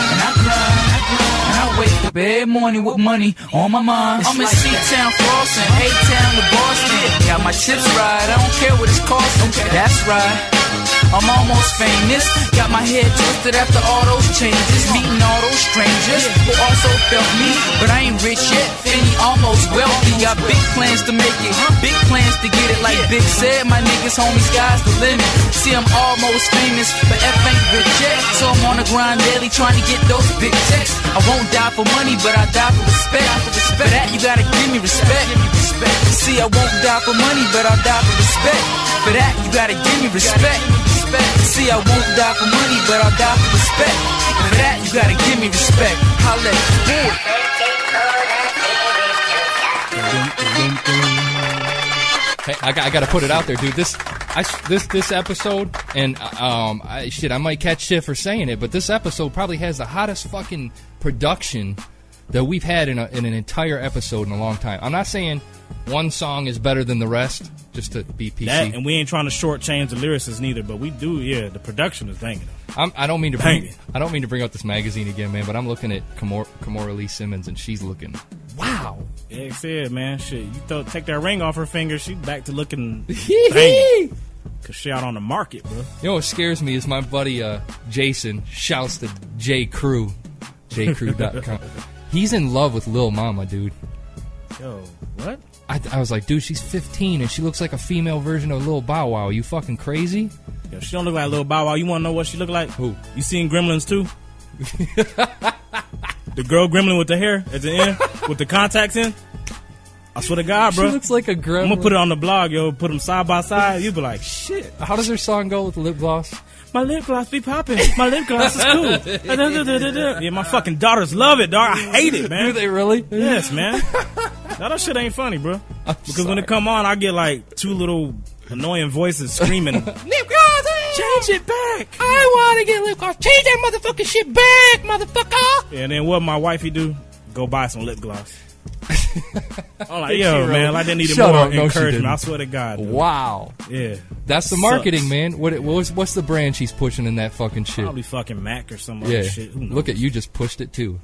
and I grind. And I wake up every morning with money on my mind. I'm in C-Town, Frosting, A-Town to Boston. Got my chips right, I don't care what it's costing. That's right. I'm almost famous. Got my head twisted after all those changes. Meeting all those strangers who also felt me. But I ain't rich yet. Finny almost wealthy. Got big plans to make it. Big plans to get it. Like Big said, my niggas, homies, sky's the limit. See, I'm almost famous, but F ain't rich yet. So I'm on the grind daily trying to get those big checks. I won't die for money, but I die for respect. For that, you gotta give me respect. See, I won't die for money, but I'll die for respect. For that, you gotta give me respect respect. See, I won't die for money, but I'll die for respect. And for that, you gotta give me respect. Holla. Hey, I got, I got to put it out there, dude. This, I, this, this episode, and um, I, shit, I might catch shit for saying it, but this episode probably has the hottest fucking production that we've had in, a, in an entire episode in a long time. I'm not saying one song is better than the rest, just to be PC. That, and we ain't trying to shortchange the lyricists neither, but we do. Yeah, the production is banging. I'm, I don't mean to Dang bring, I don't mean to bring up this magazine again, man. But I'm looking at Kimora, Kimora Lee Simmons, and she's looking. Wow. Yeah, said man, shit. You throw, take that ring off her finger, she back to looking banging. Yo, Cause she out on the market, bro. what scares me is my buddy uh, Jason shouts to J Crew, jcrew.com. He's in love with Lil Mama, dude. Yo, what? I, I was like, dude, she's 15 and she looks like a female version of Lil Bow Wow. You fucking crazy? Yo, she don't look like Lil Bow Wow. You want to know what she look like? Who? You seen Gremlins too? the girl Gremlin with the hair at the end, with the contacts in. I swear to God, She bro. looks like a gremlin. I'm gonna put it on the blog, yo. Put them side by side. You'd be like, shit. How does her song go with lip gloss? My lip gloss be popping. My lip gloss is cool. Da-da-da-da-da. yeah, my fucking daughters love it, dog. I hate it, man. Do they really? Yes, man. Now, that shit ain't funny, bro. Because when it come on, I get like two little annoying voices screaming. Lip gloss. eh? Change it back. I want to get lip gloss. Change that motherfucking shit back, motherfucker. and then what my wifey do? Go buy some lip gloss. I'm like, She yo, really- man, I didn't need Shut more up. No, she encouragement. didn't. I swear to God. dude. Wow. Yeah. That's the Sucks. marketing, man. What, what's, what's the brand she's pushing in that fucking shit? Probably fucking Mac or some yeah. other shit. Who knows? Look at you just pushed it too.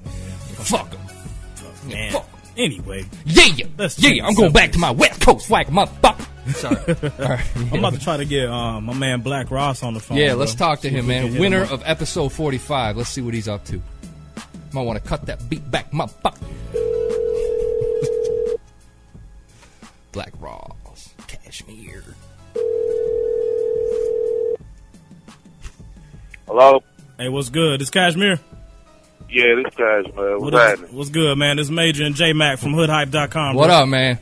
Fuck 'em. Man. Fuck. Anyway, yeah, Let's change yeah, I'm going back to my West Coast whack motherfucker. Sorry. I'm about to try to get uh, my man Black Ross on the phone. yeah, bro. let's talk to See if him, we can man. hit Winner him up. of episode 45. Let's see what he's up to. Might want to cut that beat back, motherfucker. Black Ross, Cashmere. Hello. Hey, what's good? It's Cashmere. Yeah, this guy's man. What's What is- happening? what's good, man? It's Major and J Mac from HoodHype.com. What bro. up, man?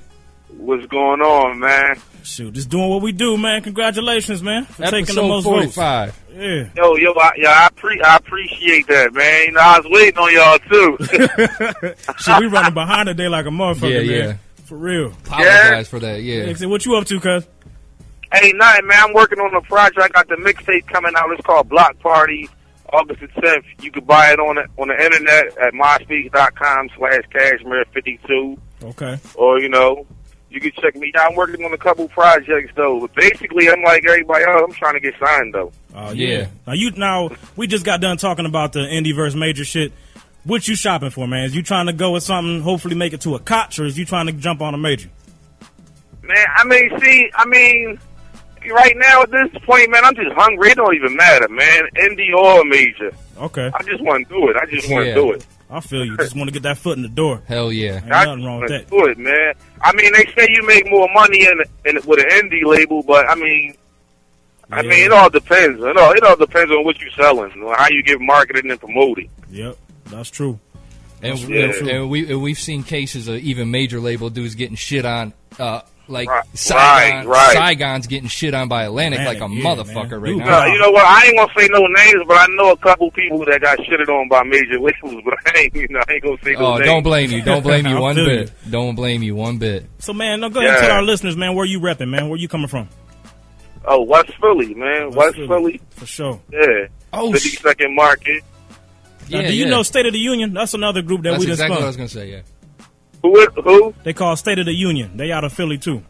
What's going on, man? Shoot, just doing what we do, man. Congratulations, man, for taking the Episode most 45. votes. Yeah. Yo, yo, I, yo, I, pre- I appreciate that, man. You know, I was waiting on y'all too. Shit, we running behind today like a motherfucker, Yeah, man. yeah. For real. Apologize for that, Yeah, yeah. so what you up to, cuz? hey, nothing, man. I'm working on a project. I got the mixtape coming out. It's called Block Party, August the 10th. You can buy it on the, on the internet at myspace.com slash cashmere 52. Okay. or you know, you can check me out. I'm working on a couple projects though, but basically, I'm like everybody else. I'm trying to get signed though. Oh Now you now we just got done talking about the indie versus major shit. What you shopping for, man? Is you trying to go with something, hopefully make it to a cotch, or is you trying to jump on a major? man. I mean, see, I mean, right now at this point, man, I'm just hungry. It don't even matter, man. Indie or major, Okay. I just want to do it. I just want to Yeah. do it. I feel you. Just want to get that foot in the door. Hell yeah. Ain't I nothing wrong with Let's that. do it, man. I mean, they say you make more money in, in with an indie label, but I mean, I mean, it all depends. It all, it all depends on what you're selling, how you get marketed and promoted. Yep, that's true. And, That's real and- true. and we and we've seen cases of even major label dudes getting shit on, uh, like right, Saigon, right. Saigon's getting shit on by Atlantic, like a motherfucker right No, now. you know what? I ain't gonna say no names, but I know a couple people that got shitted on by major labels. But I ain't, you know, I ain't gonna say no Oh, names. don't blame you. Don't blame you I one feel bit. Don't blame you one bit. So man, no, go ahead and Yeah. tell our listeners, man, where you repping, man? Where you coming from? Oh, West Philly, man, Uh-huh. West, Philly. for sure. Yeah. Oh, fifty second market. now, do you know State of the Union? That's another group that That's we just exactly spun. what I was gonna say. Yeah. Who? Who? They call State of the Union. They out of Philly too.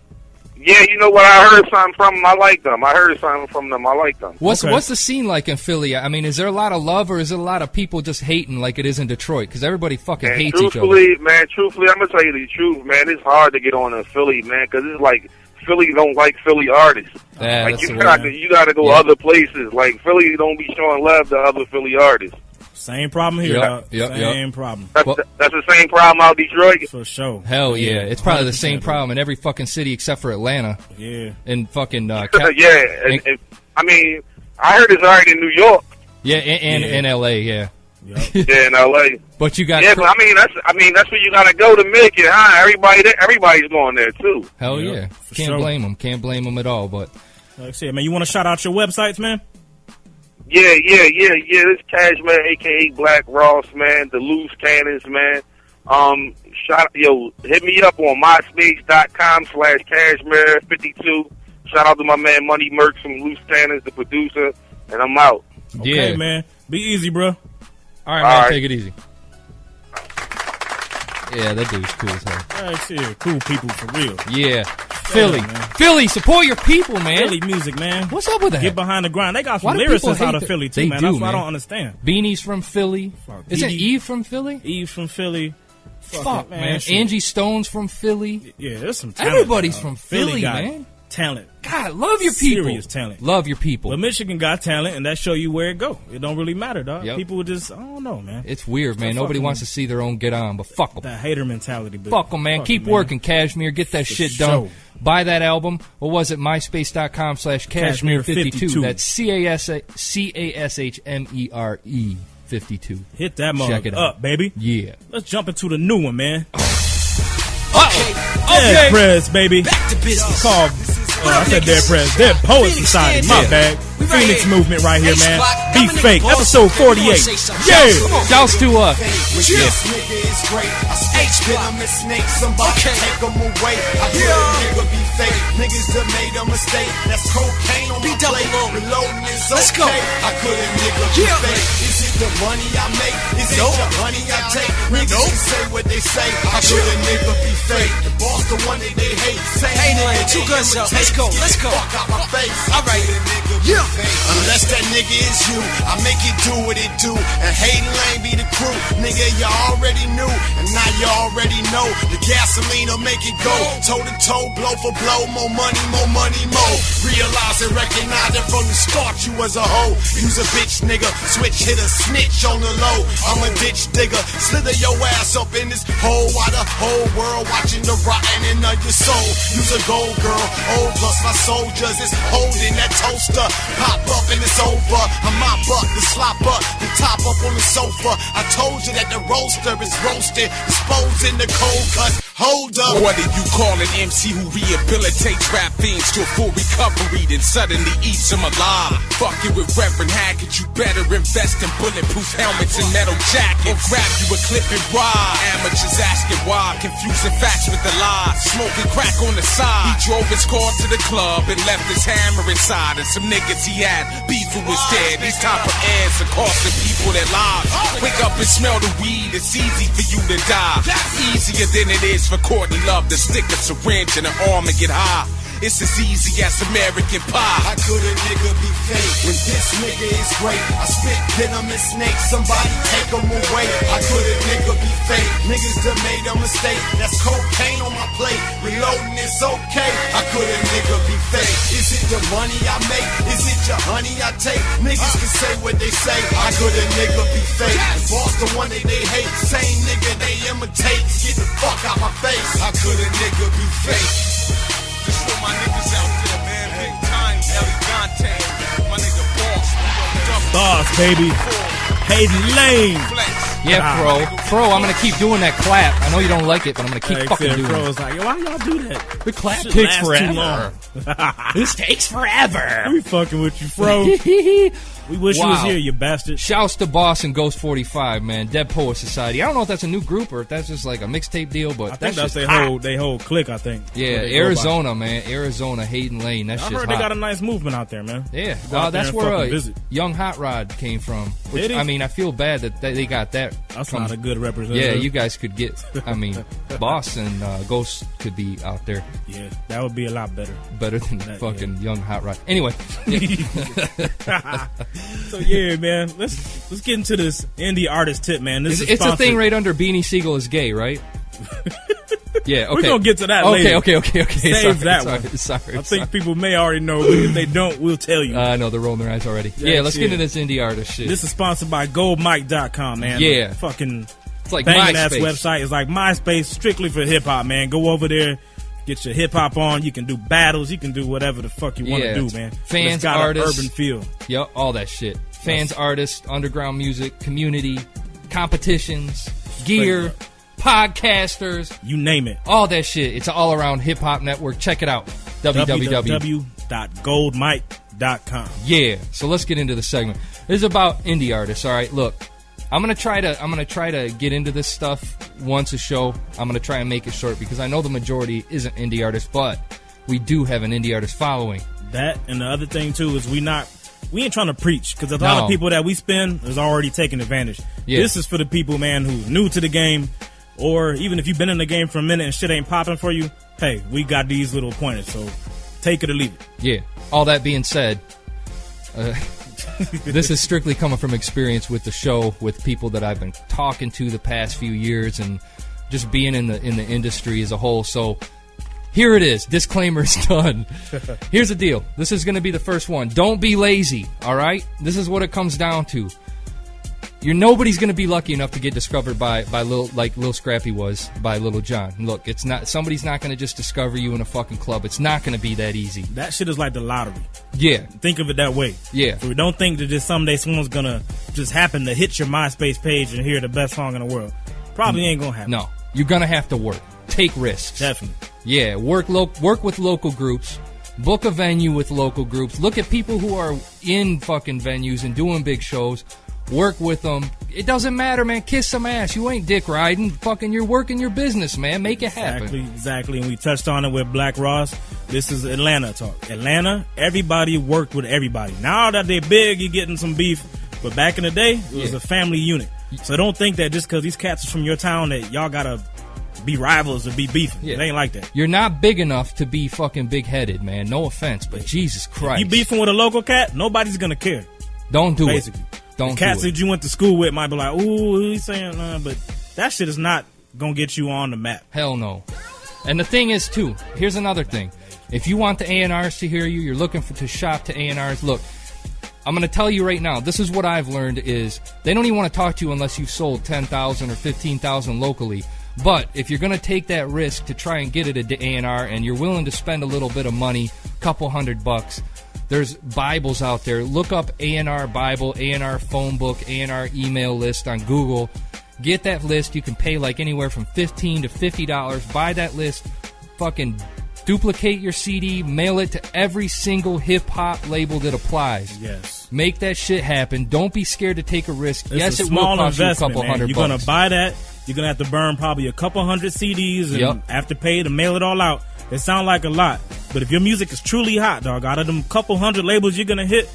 Yeah, you know what? I heard something from them. I like them. I heard something from them. I like them. What's what's the scene like in Philly? I mean, is there a lot of love, or is it a lot of people just hating like it is in Detroit? Because everybody fucking And hates each other. truthfully, man, truthfully, I'm gonna tell you the truth, man. It's hard to get on in Philly, man, because it's like Philly don't like Philly artists. Yeah, like that's the you way, got to man. you got to go Yeah. other places. Like Philly don't be showing love to other Philly artists. Same problem here. Yep, dog. yep, yep. Same problem. That's, that's the same problem out Detroit. For sure. Hell yeah, it's probably the 100%, same problem in every fucking city except for Atlanta. Yeah. And fucking uh, Cap- yeah, and, and, I mean, I heard it's already in New York. yeah, and, and, and L.A. Yeah. yeah, in L.A. But you got uh, yeah, but I mean that's I mean that's where you gotta go to make it, huh? Everybody there, everybody's going there too. hell yeah. Can't sure. blame them. Can't blame them at all. But Like I said, man, you want to shout out your websites, man? Yeah, yeah, yeah, yeah. This Cashman, aka Black Ross, man, the loose cannons, man. Um, shout yo, hit me up on myspace.com slash cashmere fifty two. Shout out to my man Money Mercs from Loose Cannons, the producer, and I'm out. Okay, man. Be easy, bro. All right, man, Alright. take it easy. yeah, that dude's cool as hell. All right, shit. Cool people for real. Yeah, Philly, man. Philly, support your people, man. Philly music, man. What's up with that? Get behind the grind. They got Why some do people lyricists hate out of that? Philly too, They man. do, That's what I man. don't understand. Beanie's from Philly. Isn't BD. Eve from Philly? Eve from Philly. Fuck, Fuck, it, man. shit. Angie Stone's from Philly. Yeah, there's some. Talent, Everybody's dog. from Philly, got man. Talent. God, love your people. Serious talent. Love your people. But Michigan got talent, and that show you where it go. It don't really matter, dog. Yep. People just I don't know, man. It's weird, man. That Nobody fucking- wants to see their own get on, but fuck them. that hater mentality. But Fuck them, man. fuck Keep it, working, Cashmere. Get that shit done. sure. Buy that album. What was it? MySpace.com slash Cashmere Cashmere 52. 52. That's E C-A-S-H-M-E-R-E 52. Hit that mug Check it up, out. baby. Yeah. Let's jump into the new one, man. Okay. Dead Press, baby. Back to business. Called, uh, I said Dead Press. Dead Poet Society. My bad. Phoenix Movement right here, man. Be Fake, episode 48. Yeah. Shouts to uh, us. This nigga is great. I snake spit, I'm a snake. Somebody take him away. I yeah. nigga be fake. Niggas done made a mistake. That's cocaine on my plate. Reloading is okay. Let's go. I could a nigga be fake. Is it the money I make? Is it the money I take? Niggas can say what they say. I should a nigga be fake. The boss the one that they hate. Same Hey, nigga, one two they guns up. Let's imitate. go, Get let's go. the Fuck out my face. All right. Yeah. Unless that nigga is you, I make it do what it do. And Hayden Lane be the crew. Nigga, you already knew. And now you already know. The gasoline'll make it go. Toe to toe, blow for blow. More money, more money, more. Realize and recognize that from the start you was a hoe. Use a bitch, nigga. Switch, hit a snitch on the low. I'm a ditch digger. Slither your ass up in this hole while the whole world watching the rotten end of your soul. Use a gold girl. Old plus my soldiers is holding that toaster. Pop up and it's over. I mop up, the slop up, the top up on the sofa. I told you that the roaster is roasted. Exposing the cold cut. Hold up. What do you call an MC who rehabilitates rap fiends to a full recovery, then suddenly eats them alive? Fuck you with Reverend Hackett, you better invest in bulletproof helmets and metal jackets. Or grab you a clip and ride. Amateurs asking why, confusing facts with the lies. Smoking crack on the side. He drove his car to the club and left his hammer inside. And some niggas he had beef who was dead. These type of ads are costing people their lives. Wake up and smell the weed, it's easy for you to die. Easier than it is for Courtney Love to stick a syringe in her arm and get high. It's as easy as American pie. How could a nigga be fake when this nigga is great? I spit venomous snakes, somebody take 'em away. How could a nigga be fake? Niggas done made a mistake. That's cocaine on my plate. Reloading is okay. How could a nigga be fake? Is it the money I make? Is it your honey I take? Niggas can say what they say. How could a nigga be fake? The boss the one that they hate. Same nigga they imitate. Get the fuck out my face. How could a nigga be fake? Just for my niggas out there, man. Big time, Elegante. My nigga Boss. Boss, baby. Hayden Lane. Yeah, pro. Pro, I'm going to keep doing that clap. I know you don't like it, but I'm going to keep Like fucking said, doing Pro it. was like, why y'all do that? The clap takes forever. this takes forever. We fucking with you, Fro. we wish you was Wow. here, you bastard. Shouts to Boss and Ghost 45, man. Dead Poet Society. I don't know if that's a new group or if that's just like a mixtape deal, but I think that's that's just their hot. whole they whole click. I think. Yeah, What they go by. Arizona, man. Arizona, Hayden Lane. That's I just heard they got a nice movement out there, man. Yeah, Go out uh, there that's and where fucking uh, visit. Young Hot Rod came from. Which, Did he? I mean, I feel bad that they they got that. That's from- not a good representative. Yeah, you guys could get. I mean, Boss and uh, Ghost could be out there. Yeah, that would be a lot better. Better than That- fucking Young Hot Rod. Anyway, yeah. so yeah, man. Let's let's get into this indie artist tip, man. This it's, is it's a sponsored- thing right under Beanie Siegel is gay, right? yeah. Okay. We're gonna get to that. Okay. later. Okay. Okay. Okay. Save sorry, that sorry, one. Sorry. I think people may already know, but if they don't, we'll tell you. I uh, know they're rolling their eyes already. Yeah, Yeah. let's shit. get into this indie artist shit. This is sponsored by GoldMike.com, man. Yeah. fucking. It's like ass MySpace. website. It's like MySpace strictly for hip hop, man. Go over there, get your hip hop on. You can do battles. You can do whatever the fuck you want to Yeah. do, man. But Fans, it's got artists, an urban feel. Yep, all that shit. Fans, artists, underground music, community, competitions, gear, podcasters, you name it. All that shit. It's an all around hip hop network. Check it out. www. www.goldmike.com. Yeah. So let's get into the segment. This is about indie artists. All right. Look, I'm gonna try to I'm gonna try to get into this stuff once a show. I'm gonna try and make it short because I know the majority isn't indie artists, but we do have an indie artist following. That and the other thing too is we not we ain't trying to preach because a lot No. of people that we spend is already taking advantage. Yeah. This is for the people, man, who's new to the game, or even if you've been in the game for a minute and shit ain't popping for you. Hey, we got these little pointers, so take it or leave it. Yeah. All that being said, uh, this is strictly coming from experience with the show, with people that I've been talking to the past few years, and just being in the in the industry as a whole. So here it is. Disclaimer's done. Here's the deal. This is going to be the first one. Don't be lazy. All right. This is what it comes down to. You're nobody's going to be lucky enough to get discovered by by little like Lil Scrappy was by Little John. Look, it's not somebody's not going to just discover you in a fucking club. It's not going to be that easy. That shit is like the lottery. Yeah. Think of it that way. Yeah. So don't think that just someday someone's gonna just happen to hit your MySpace page and hear the best song in the world. Probably ain't gonna happen. Mm. No, you're gonna have to work. Take risks. Definitely. Yeah, work lo- work with local groups. Book a venue with local groups. Look at people who are in fucking venues and doing big shows. Work with them. It doesn't matter, man. Kiss some ass. You ain't dick riding. Fucking, you're working your business, man. Make it happen. Exactly, exactly. And we touched on it with Black Ross. This is Atlanta talk. Atlanta, everybody worked with everybody. Now that they're big, you're getting some beef. But back in the day, it was Yeah. a family unit. So don't think that just because these cats are from your town that y'all gotta be rivals or be beefing. It ain't like that. You're not big enough to be fucking big headed, man. No offense, but Jesus Christ. You beefing with a local cat, nobody's gonna care. Don't do it. Basically. Don't The cats do it. that you went to school with might be like, ooh, he's saying, uh, but that shit is not gonna get you on the map. Hell no. And the thing is, too, here's another thing. If you want the ANRs to hear you, you're looking for to shop to ANRs. Look, I'm going to tell you right now. This is what I've learned is they don't even want to talk to you unless you've sold 10,000 or 15,000 locally. But if you're going to take that risk to try and get it at the ANR and you're willing to spend a little bit of money, couple hundred bucks, there's Bibles out there. Look up ANR Bible, ANR phone book, ANR email list on Google. Get that list. You can pay like anywhere from 15 to $50. Buy that list. Fucking duplicate your CD, mail it to every single hip hop label that applies. Yes. Make that shit happen. Don't be scared to take a risk. It's yes, a it small will cost you a investment. couple man. hundred You're bucks. gonna buy that. You're gonna have to burn probably a couple hundred CDs and Yep. after pay to mail it all out. It sound like a lot, but if your music is truly hot, dog, out of them couple hundred labels you're gonna hit,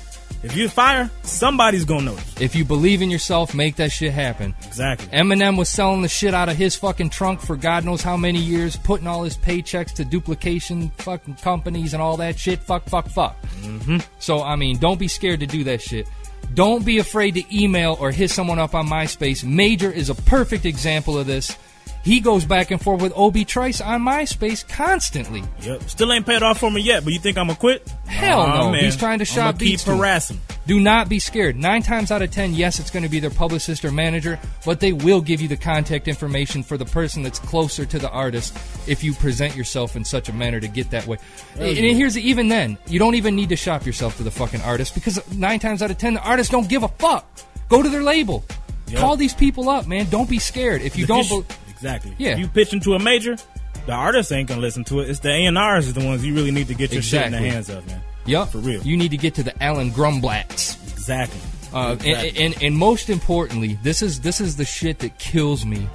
if you fire, somebody's gonna notice. If you believe in yourself, make that shit happen. Exactly. Eminem was selling the shit out of his fucking trunk for God knows how many years, putting all his paychecks to duplication fucking companies and all that shit. Fuck, fuck, fuck. Mm-hmm. So, I mean, don't be scared to do that shit. Don't be afraid to email or hit someone up on MySpace. Major is a perfect example of this. He goes back and forth with Obi Trice on MySpace constantly. Yep. Still ain't paid off for me yet, but you think I'm gonna quit? Hell Nah, no. man. He's trying to I'ma shop keep beats to him. harassing. Do not be scared. Nine times out of ten, yes, it's going to be their publicist or manager, but they will give you the contact information for the person that's closer to the artist if you present yourself in such a manner to get that way. Hell and yeah. here's even then, you don't even need to shop yourself to the fucking artist because nine times out of ten, the artists don't give a fuck. Go to their label. Yep. Call these people up, man. Don't be scared. If you don't, you- bel- exactly. Yeah. If you pitch into a major, the artists ain't gonna listen to it. It's the A and R's is the ones you really need to get your shit in Exactly. the hands of, man. Yep. For real. You need to get to the Alan Grumblats. Exactly. Uh, And, Exactly. and and most importantly, this is this is the shit that kills me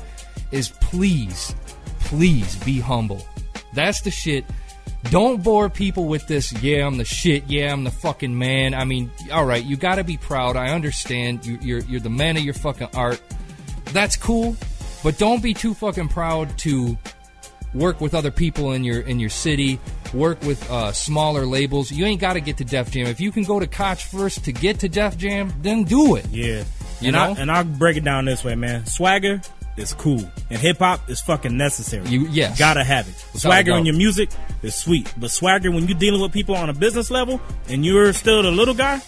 is please, please be humble. That's the shit. Don't bore people with this, yeah, I'm the shit, yeah, I'm the fucking man. I mean, all right, you got to be proud. I understand. You, you're you're the man of your fucking art. That's cool, but don't be too fucking proud to work with other people in your in your city work with uh, smaller labels you ain't got to get to def jam if you can go to koch first to get to def jam then do it Yeah. You and know? I, and I'll break it down this way, man. Swagger is cool, and hip hop is fucking necessary. You yes. gotta have it. Without Swagger a in doubt. your music is sweet, but swagger when you're dealing with people on a business level and you're still the little guy,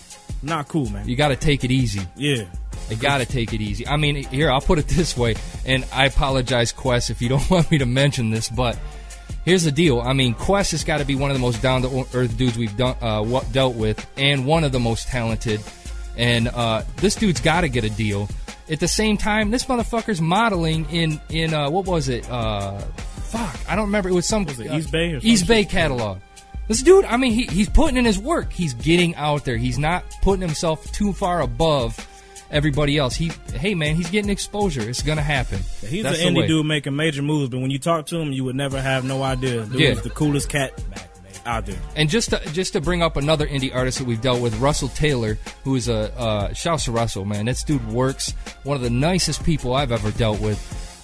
not cool, man. you got to take it easy yeah. you got to take it easy i mean here i'll put it this way and i apologize quest if you don't want me to mention this but here's the deal i mean quest has got to be one of the most down to earth dudes we've done, uh, wa- dealt with and one of the most talented and uh, this dude's got to get a deal at the same time this motherfucker's modeling in in uh, what was it uh, fuck, I don't remember. It was some uh, East Bay or East Bay catalog. This dude, I mean, he, he's putting in his work. He's getting out there. He's not putting himself too far above everybody else. He, hey man, he's getting exposure. It's gonna happen. He's That's the an indie way. dude making major moves, but when you talk to him, you would never have no idea. Dude Yeah. is the coolest cat out there. And just to, just to bring up another indie artist that we've dealt with, Russell Taylor, who is a uh, shouts to Russell, man. This dude works. One of the nicest people I've ever dealt with.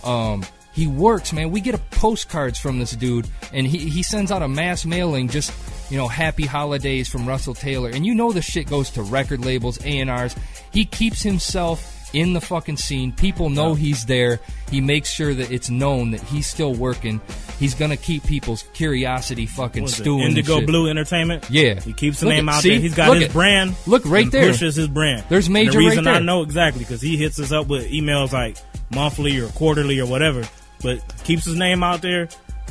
Um, he works, man. We get a postcards from this dude, and he he sends out a mass mailing just you know happy holidays from Russell Taylor, and you know this shit goes to record labels, A and R's. He keeps himself. In the fucking scene, people know he's there. He makes sure that it's known that he's still working. He's gonna keep people's curiosity fucking What is it, stewing. and Indigo shit. Blue Entertainment. Yeah. he keeps the Look name at- out see? there. He's got Look his at- brand. look right and there. Pushes his brand. There's And Major the right reason I there. know exactly because he hits us up with emails like monthly or quarterly or whatever, but keeps his name out there.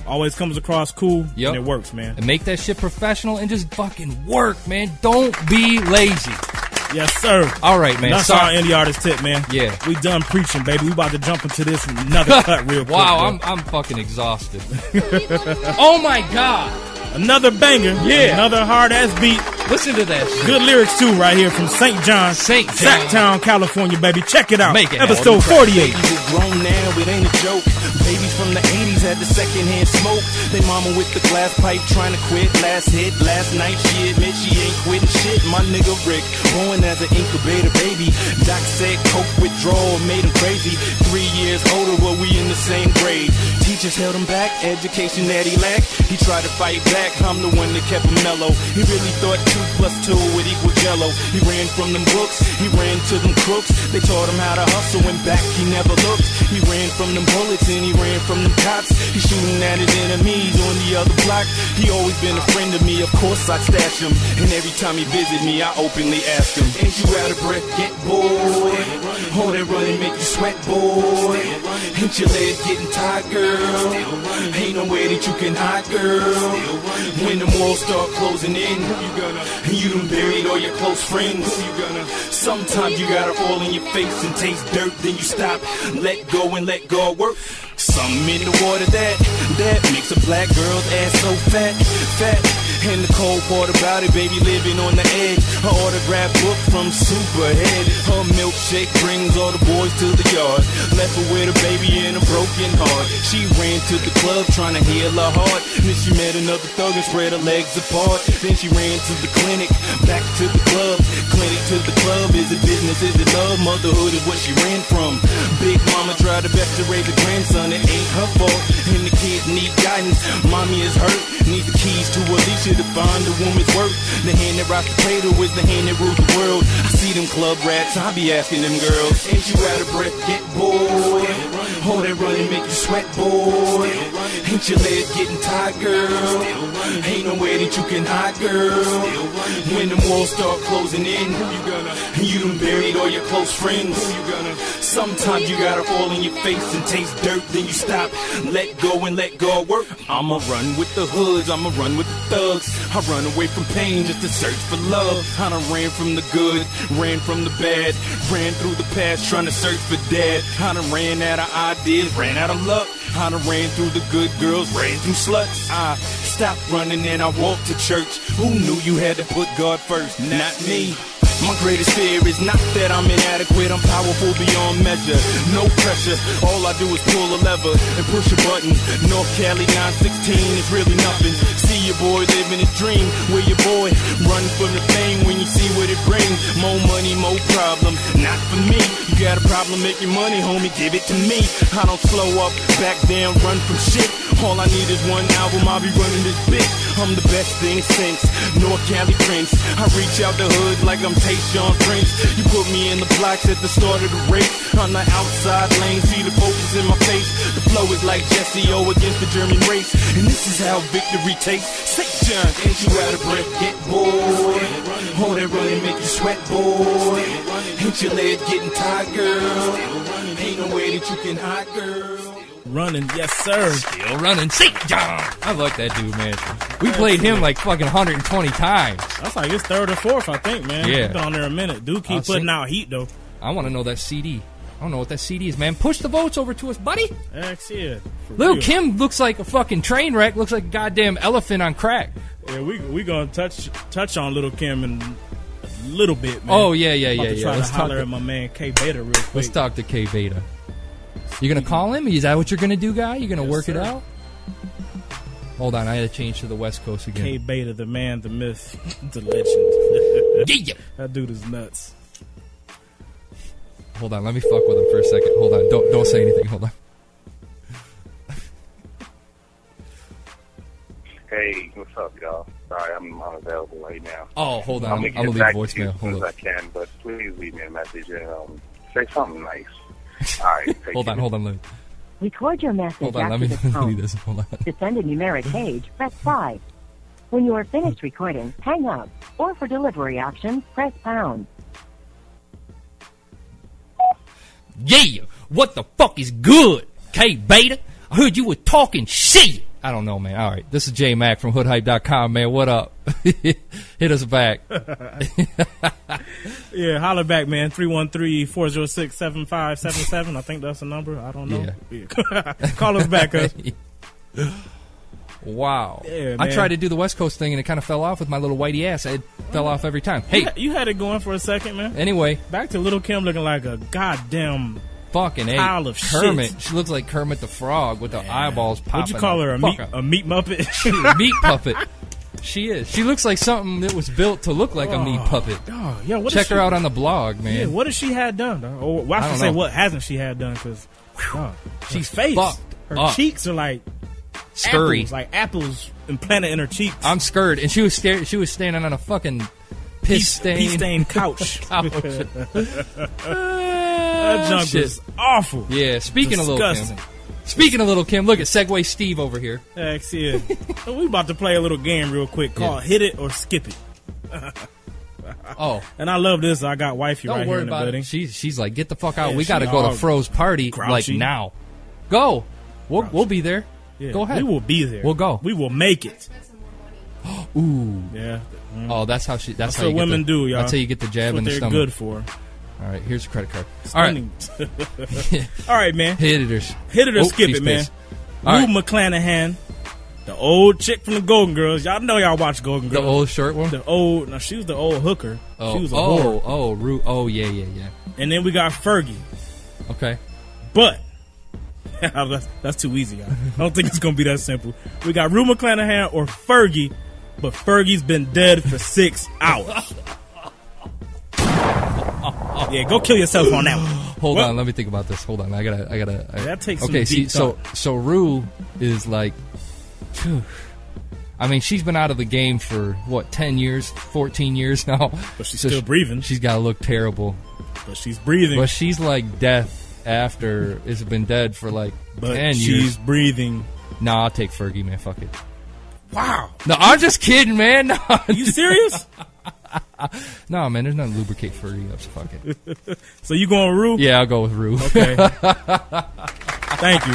Always comes across cool. Yep. and it works, man. and make that shit professional and just fucking work, man. Don't be lazy. Yes, sir. All right, man. That's Sorry. our indie artist tip, man. Yeah. we done preaching, baby. We about to jump into this another cut real quick. wow, bro. I'm, I'm fucking exhausted. oh my god. Another banger. Yeah. Another hard ass beat. Listen to that. Good lyrics too, right here from St. John, St. Sacktown, California, baby. Check it out. Make it Episode happen. 48. grown now, it ain't a joke. Babies from the 80s had the secondhand smoke. They mama with the glass pipe trying to quit. Last hit, last night, she admit she ain't quitting shit. My nigga Rick, born as an incubator baby. Doc said coke withdrawal made him crazy. Three years older, but we in the same grade. Teachers held him back, education that he lacked. He tried to fight back, I'm the one that kept him mellow. He really thought two plus two would equal jello. He ran from them books, he ran to them crooks. They taught him how to hustle and back he never looked. He ran from them bullets and he ran from them cops. He shooting at his enemies on the other block. He always been a friend of me, of course I stash him. And every time he visit me, I openly ask him, Ain't you out of breath yet, boy? Hold that running, make you sweat, boy. Ain't your leg getting tired, girl? Ain't no way that you can hide, girl. When the walls start closing in, and you done buried all your close friends. Sometimes you gotta fall in your face and taste dirt, then you stop, let go and let God work. Something in the water that that makes a black girl's ass so fat, fat. And the cold part about it, baby, living on the edge. Her autograph book from Superhead. Her milkshake brings all the boys to the yard. Left her with a baby and a broken heart. She ran to the club trying to heal her heart. Then she met another thug and spread her legs apart. Then she ran to the clinic, back to the club. Clinic to the club, is it business, is it love? Motherhood is what she ran from. Big mama tried her best to raise a grandson, it ain't her fault. And the kids need guidance, mommy is hurt. Need the keys to Alicia to find a woman's worth. The hand that rocks the cradle is the hand that rules the world. I see them club rats, I be asking them girls, Ain't you out of breath yet, boy? Hold that running, make you sweat, boy. Ain't your leg getting tired, girl? Ain't no way that you can hide, girl. When the walls start closing in, and you done buried all your close friends. Sometimes you gotta fall in your face and taste dirt, then you stop. Let go and let God work. I'ma run with the hoods, I'ma run with the thugs. I run away from pain just to search for love. I done ran from the good, ran from the bad, ran through the past trying to search for dad. I done ran out of ideas, ran out of luck. I done ran through the good girls, ran through sluts. I stopped running and I walked to church. Who knew you had to put God first? Not me. My greatest fear is not that I'm inadequate, I'm powerful beyond measure. No pressure, all I do is pull a lever and push a button. North Cali 916 is really nothing. See your boy living his dream, where your boy run from the fame when you see what it brings. More money, more problem, not for me. You got a problem, make your money, homie, give it to me. I don't slow up, back down, run from shit. All I need is one album, I'll be running this bitch. I'm the best thing since North Cali Prince. I reach out the hood like I'm Tayshawn Prince. You put me in the blocks at the start of the race. On the outside lane, see the focus in my face. The flow is like Jesse O against the German race. And this is how victory takes. St. John, ain't you out of breath yet, boy? Hold that running, make you sweat, boy. Ain't your leg getting tired, girl? Ain't no way that you can hide, girl. Running, yes, sir. Still running. See, John. I like that dude, man. We played him like fucking 120 times. That's like his third or fourth, I think, man. Yeah. He's been on there a minute. Dude keep I'll putting sing- out heat, though. I want to know that CD. I don't know what that CD is, man. Push the votes over to us, buddy. X, yeah. for Lil real. Kim looks like a fucking train wreck. Looks like a goddamn elephant on crack. Yeah, we we gonna touch touch on Little Kim in a little bit, man. Oh, yeah, yeah, About yeah, to yeah. Try Let's to talk holler to- at my man K Beta real quick. Let's talk to K Veda. You gonna call him? Is that what you're gonna do, guy? You gonna Yes, work it sir. out? Hold on, I had to change to the West Coast again. K Beta, the man, the myth, the legend. yeah, that dude is nuts. Hold on, let me fuck with him for a second. Hold on, don't don't say anything. Hold on. Hey, what's up, y'all? Sorry, I'm unavailable right now. Oh, hold on. I'll I'm- make I'm it gonna leave a back to you voicemail. As soon Hold as I can, but please leave me a message and um, say something nice. All right, take Hold on, hold on, let me, Record your message hold on, after let me, the let me do tone. this. Hold on. to send a numeric page, press 5. When you are finished recording, hang up. Or for delivery options, press pound. Yeah, what the fuck is good, K Beta? I heard you were talking shit. I don't know, man. All right, this is J Mac from HoodHype.com, man. What up? Hit us back. Yeah, holler back, man. 313-406-7577. I think that's the number. I don't know. Call us back up. Wow. Yeah, I man. tried to do the West Coast thing and it kind of fell off with my little whitey ass. It fell off every time. Hey, You had it going for a second, man. anyway, Back to Little Kim looking like a goddamn fucking ate Pile of shit. Kermit. She looks like Kermit the Frog with the eyeballs popping. What'd you call the her? A fuck meat, out. a meat muppet? She's a meat puppet. She is. She looks like something that was built to look like a meat Oh, puppet. dog. Yeah, what Check is her she- out on the blog, man. Yeah, what has she had done? dog? Or why I should I don't say know. what hasn't she had done? Because she's face, fucked her up. cheeks are like Scurry. apples, like apples implanted in her cheeks. I'm scared, and she was sta- she was standing on a fucking piss stained pee stained couch. couch. That junk Shit. was awful. Yeah, speaking of little Kim. Disgusting. Speaking of little Kim, look at Segway Steve over here. Thanks, yeah. So we about to play a little game real quick called Yeah. Hit It or Skip It. oh. And I love this. I got wifey Don't right here worry in the about building. it. She's she's like, get the fuck out. Yeah, we she got to go all to Fro's party grouchy. like now. Go. We'll, we'll be there. Yeah, go ahead. We will be there. We'll go. We will make it. Ooh. Yeah. Oh, that's how she. That's, That's how what you get women the, do, y'all. That's how you get the That's jab what in the they're stomach. good for. All right, here's your credit card. Stunning. All right, man. Hit it or- hit it or Oh, skip she's it, man. pissed. All right. Rue McClanahan, the old chick from the Golden Girls. Y'all know y'all watch Golden Girls. The old short one. The old. Now she was the old hooker. Oh, She was a oh, whore. oh, Ru- oh, yeah, yeah, yeah. And then we got Fergie. Okay. But that's, that's too easy. Y'all. I don't think it's gonna be that simple. We got Rue McClanahan or Fergie, but Fergie's been dead for six hours. yeah, go kill yourself on that one. Hold Well- on, let me think about this. Hold on, I gotta, I gotta. I, That takes some Okay, see, deep so so Rue is like, phew. I mean, she's been out of the game for what ten years, fourteen years now. But she's still breathing. She's gotta look terrible. But she's breathing. But she's like death after it's been dead for like But ten she's years. breathing. Nah, I'll take Fergie, man. Fuck it. Wow. No, I'm just kidding, man. No, You serious? no man. There's nothing to lubricate Fergie up. So fuck it. so you going Rue? Yeah, I'll go with Rue. Okay. Thank you.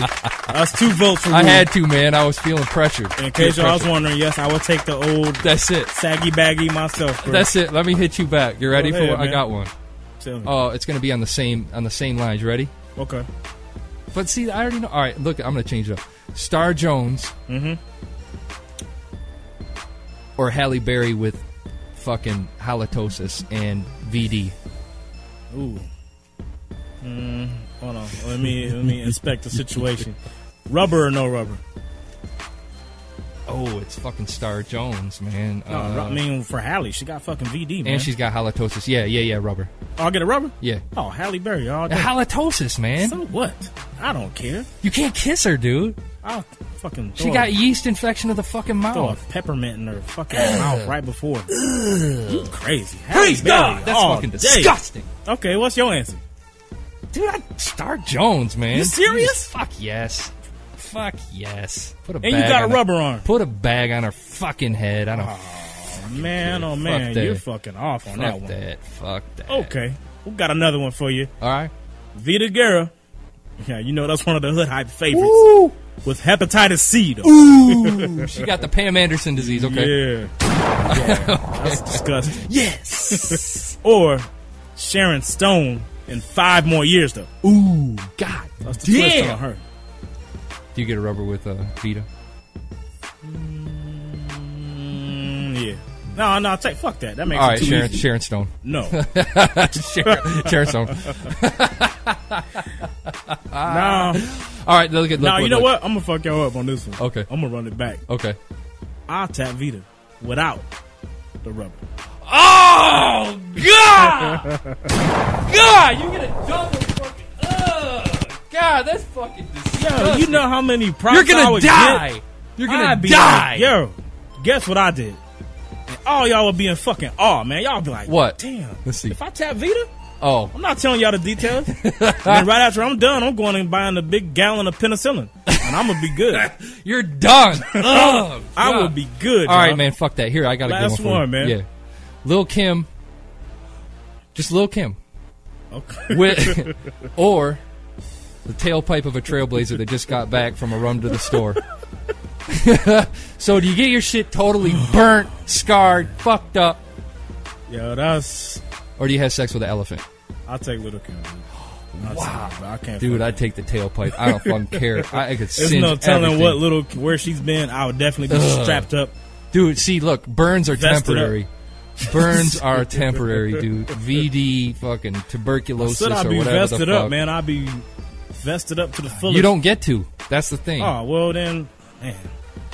That's two votes for I Rue. had to, man. I was feeling prpressured. In case y'all was wondering, yes, I will take the old. That's it. Saggy baggy myself. Bro. That's it. Let me hit you back. You ready Go for ahead, what? I man. got one. Tell me. Oh, it's gonna be on the same on the same lines. You ready? Okay. But see, I already know. All right, look, I'm gonna change it up. Star Jones Mhm. or Halle Berry with fucking halitosis and VD. Ooh. Mm, hold on. Let me let me inspect the situation. Rubber or no rubber? Oh, it's fucking Star Jones, man. No, Uh, I mean for Hallie, she got fucking VD, man. and she's got halitosis. Yeah, yeah, yeah. Rubber. Oh, I'll get a rubber. Yeah. Oh, Halle Berry. All day. Halitosis, man. So what? I don't care. You can't kiss her, dude. I'll fucking. She throw got a- yeast infection of the fucking throw a mouth. peppermint in her fucking mouth right before. you crazy? Halle Praise Berry God! That's all fucking day. disgusting. Okay, what's your answer? Dude, I Star Jones, man. You serious? Fuck yes. Fuck yes. Put a And you got a on her- rubber on. Put a bag on her fucking head. I don't. Man, oh Fuck man, that. you're fucking off on fuck that one. Oh, that. Oh. Fuck that. Okay, we got another one for you. All right, Vita Guerra. Yeah, you know that's one of the hood hype favorites. With hepatitis C, though. She got the Pam Anderson disease. Okay. Yeah. That's disgusting. Yes. or Sharon Stone in five more years, though. Ooh, God. That's the twist damn. on her. Do you get a rubber with uh, Vita? Mm, yeah. No, no, take fuck that. That makes All it right, too Sharon, easy. Sharon Stone. No. Sharon, Sharon Stone. No. All right, look at. Look, no, look, you know look. what? I'm gonna fuck y'all up on this one. Okay. I'm gonna run it back. Okay. I'll tap Vita without the rubber. Oh God! God, you get a double fucking. Ugh. God, that's fucking disgusting. Yo, you know how many props You're gonna I would die. get? You're gonna I'd be die. like, Yo, guess what I did? And all y'all would be in fucking awe, man. Y'all be like, What? Damn. Let's see. If I tap Vita, Oh, I'm not telling y'all the details. and then right after I'm done, I'm going and buying a big gallon of penicillin, and I'm gonna be good. you're done. Ugh, I God. will be good. All right, y'all. man. Fuck that. Here, I got a good Last one. For one, you. man. Yeah, Lil Kim. Just Lil Kim. Okay. With, or the tailpipe of a trailblazer that just got back from a run to the store. so do you get your shit totally burnt, scarred, fucked up, Yo, that's. or do you have sex with an elephant? I'll take little Kim. I'll Wow. take it, but I can't. Dude, fuck I'd take the tailpipe. I don't fucking care. I, I could There's singe no telling everything. what little where she's been. I would definitely be Ugh. strapped up. Dude, see, look, burns are Vested up. temporary. Burns are temporary, dude. VD, fucking tuberculosis Said I'd or be whatever the vested fuck. up, man. I'd be vested up to the fullest. You don't get to. That's the thing. Oh well, then. Man.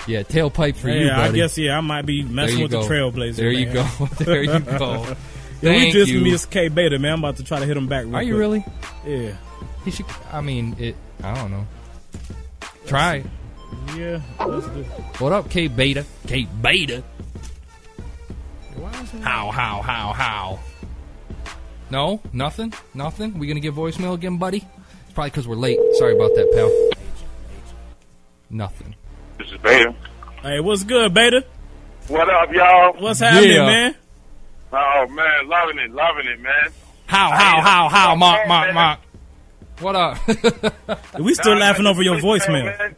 Yeah, tailpipe for you, yeah, I buddy. guess yeah, I might be There messing you with go. the Trailblazer. There you man. go. There you go. yeah, we Thank just you. missed K Beta, man. I'm about to try to hit him back. Real Are you quick. really? Yeah. He should. I mean, it. I don't know. Try. Yeah. Let's do. What up, K Beta? K Beta. How? How? How? How? No, nothing. Nothing. We gonna get voicemail again, buddy? It's probably because we're late. Sorry about that, pal. Nothing. This is Beta. Hey, what's good, Beta? What up, y'all? What's happening, man? Oh man, loving it, loving it, man. How? How? How? How? Mark. Mark. Mark. What up? We still laughing over your voicemail.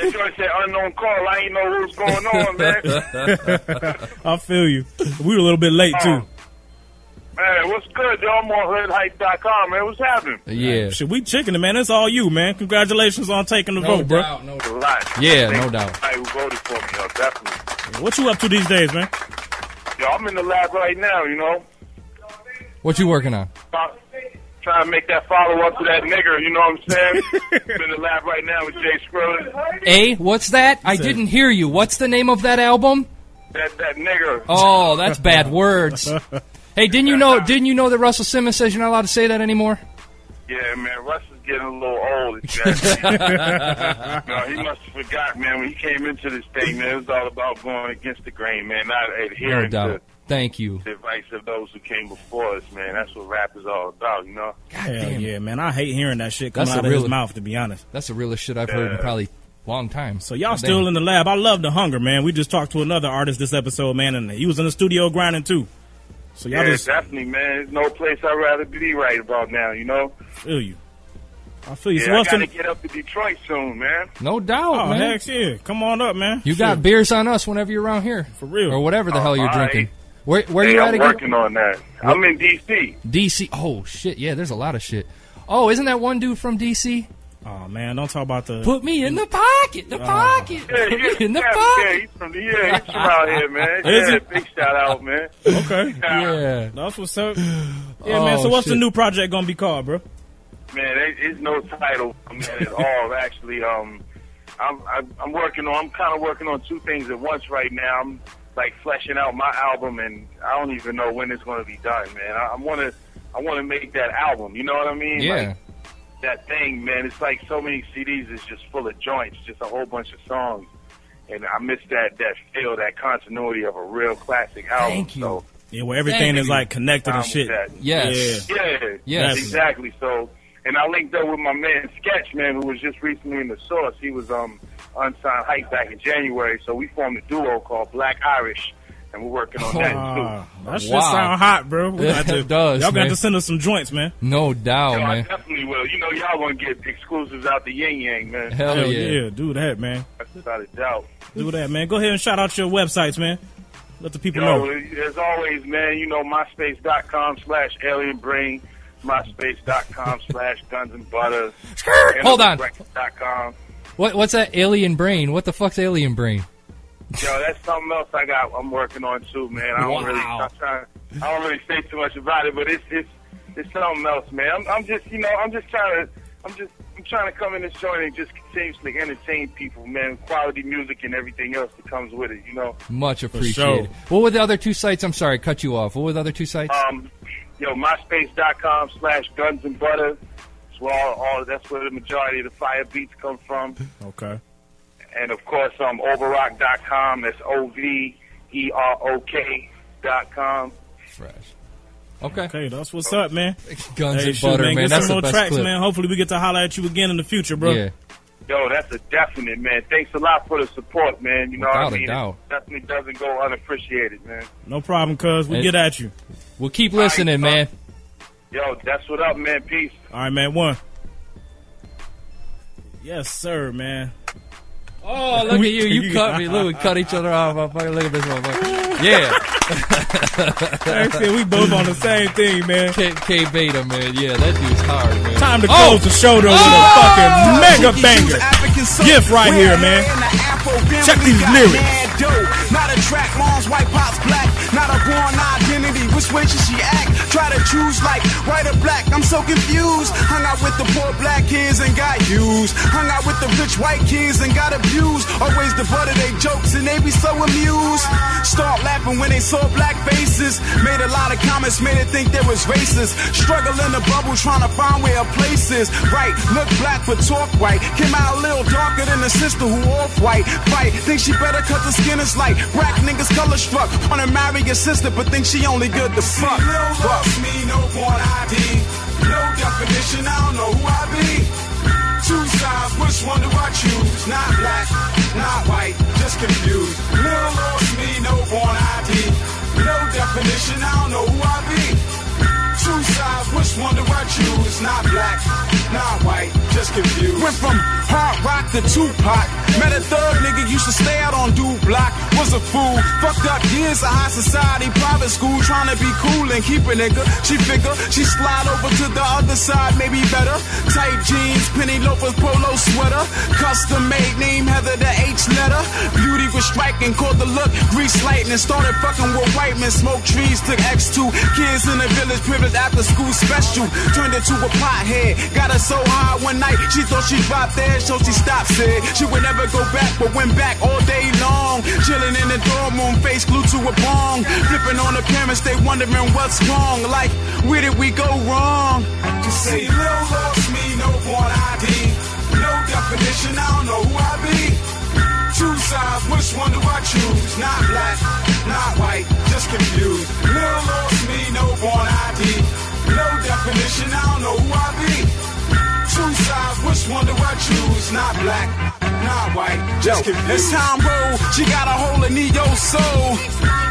If you said unknown call, I ain't know what's going on, man. I feel you. We were a little bit late too. man, what's good, y'all? I'm on hoodhype.com, man. What's happening? Yeah. Shit, we chicken it, man. That's all you, man. Congratulations on taking the vote, bro. no doubt. Yeah, no doubt. Everybody who voted for me, yo, definitely. What you up to these days, man? Yo, I'm in the lab right now, you know, What you working on? Try- trying to make that follow up to that nigger, you know what I'm saying? I'm in the lab right now with Jay Skrillin. A. What's that? I didn't hear you. What's the name of that album? That, that nigger. Oh, that's bad words. Hey, didn't you know? Didn't you know that Russell Simmons says you're not allowed to say that anymore? Yeah, man, Russ is getting a little old. exactly. no, he must have forgot, man. When he came into this thing, man, it was all about going against the grain, man, not No adhering doubt. Thank you. to the advice of those who came before us, man. That's what rap is all about, you know. Hell yeah, man. I hate hearing that shit That's coming out the of his real- mouth, to be honest. That's the realest shit I've heard in Yeah. probably a long time. So Y'all still in the lab. I love the hunger, man. We just talked to another artist this episode, man, and he was in the studio grinding too. So y'all yeah, just definitely, man. There's no place I'd rather be right about now, you know. feel you. I feel you. so Yeah, I what's gotta the... get up to Detroit soon, man. No doubt, Oh, man. heck yeah. Come on up, man. You got Shit. beers on us whenever you're around here, for real, or whatever Oh, the hell you're Alright. drinking. Where Where Hey, you I'm at again? working on that. I'm in D.C. DC. Oh shit, yeah. There's a lot of shit. Oh, isn't that one dude from DC? Oh, man. Don't talk about the... Put me in the pocket, the Oh. pocket, Yeah, Put me yeah, in the yeah, pocket. yeah, he's from the yeah, he's from out here, man. Is yeah, it? big shout out, man. Okay. Yeah. That's what's up. Yeah, man. Oh, So what's the new project going to be called, bro? Man, there is no title man, at all. Actually, um, I'm I'm I'm working on. I'm kind of working on two things at once right now. I'm like fleshing out my album, and I don't even know when it's going to be done, man. I, I want to I want to make that album. You know what I mean? Yeah. Like, that thing, man. It's like so many CDs is just full of joints, just a whole bunch of songs, and I miss that that feel, that continuity of a real classic album. Thank you. So, Yeah, where everything Thank is, you. like, connected Um, and shit. that- Yeah. Yeah. Yes. Exactly. So, and I linked up with my man Sketch, man, who was just recently in the source. He was um unsigned hype back in January, so we formed a duo called Black Irish, and we're working on that Ah, too. that shit sound hot, bro. We got to, It does, Y'all got man. to send us some joints, man. No doubt, Yo, I man. definitely will. You know, y'all gonna get exclusives out the Yin Yang, man. Hell Hell yeah. Do that, man. That's without a doubt. Do that, man. Go ahead and shout out your websites, man. Let the people Yo, know. as always, man, you know, myspace.com slash alien brain, myspace.com slash guns and butter. Hold on. Records.com. What What's that? Alien brain. What the fuck's alien brain? Yo, that's something else I got. I'm working on too, man. I don't Wow. really, I'm trying, I don't really say too much about it, but it's it's it's something else, man. I'm, I'm just, you know, I'm just trying to, I'm just, I'm trying to come in this joint and just continuously entertain people, man. Quality music and everything else that comes with it, you know. Much sure. appreciated. What were the other two sites? I'm sorry, cut you off. What were the other two sites? Um, yo, myspace.com slash guns and butter. It's where all, all that's where the majority of the fire beats come from. Okay. And of course, um, overrock.com. That's O V E R O K dot com. Fresh. Okay. Okay, that's what's up, man. Guns Hey, and shoot, butter, man. man. Get That's some the more best tracks, clip. man. Hopefully, we get to holler at you again in the future, bro. Yeah. Yo, that's a definite, man. Thanks a lot for the support, man. You know Without what a I mean? doubt. It definitely doesn't go unappreciated, man. No problem, cuz. We And- get at you. We'll keep listening, man. Yo, that's what up, man. Peace. All right, man. One. Yes, sir, man. Oh, look at you. You cut me. Look, we cut each other off. motherfucker. Look at this motherfucker. Yeah. Actually, we both on the same thing, man. K, K Beta, man. Yeah, that dude's hard, man. Time to Oh! close the show though with Oh! a fucking mega banger. Gift right here, man. Check these lyrics. Not a track, mom's white pops black. Not a born eye which way should she act? Try to choose like white or black. I'm so confused. Hung out with the poor black kids and got used. Hung out with the rich white kids and got abused. Always the butt of their jokes and they be so amused. Start laughing when they saw black faces. Made a lot of comments, made it think they was racist. Struggle in the bubble trying to find where a place is. Right, look black but talk white. Came out a little darker than the sister who off white. Fight, think she better cause her skin is light. Black niggas color struck. Wanna marry your sister but think she only good to fuck. Lil Fuck. loves me, no born ID. No definition, I don't know who I be. Two sides, which one do I choose? Not black, not white, just confused. Lil loves me, no born ID. No definition, I don't know who I be. Two sides, which one do I choose? Not black, not white, just confused. Went from hard rock to Tupac. Met a third nigga used to stay out on dude block. Was a fool. Fucked up years of high society, private school, trying to be cool and keep a nigga. She figure she slide over to the other side, maybe better. Tight jeans, penny loafers, polo sweater. Custom made name Heather the H letter. Beauty was striking, caught the look, grease lightning. Started fucking with white men, smoked trees, took X2. Kids in the village, privileged after school special. Turned into a pothead. Got her so high one night, she thought she dropped dead, so she stopped, said she would never go back, but went back all day long. Chilling in the dorm room, face glued to a bong. Flipping on the parents, they wondering what's wrong. Like, where did we go wrong? I can See, Lil loves me, no born ID. No definition, I don't know who I be. Two sides, which one do I choose? Not black, not white, just confused. Lil loves me, no born ID. No definition, I don't know who I be. Two sides, which one do I choose? Not black, not white, just confused. It's time roll, she got a hole in Neo soul.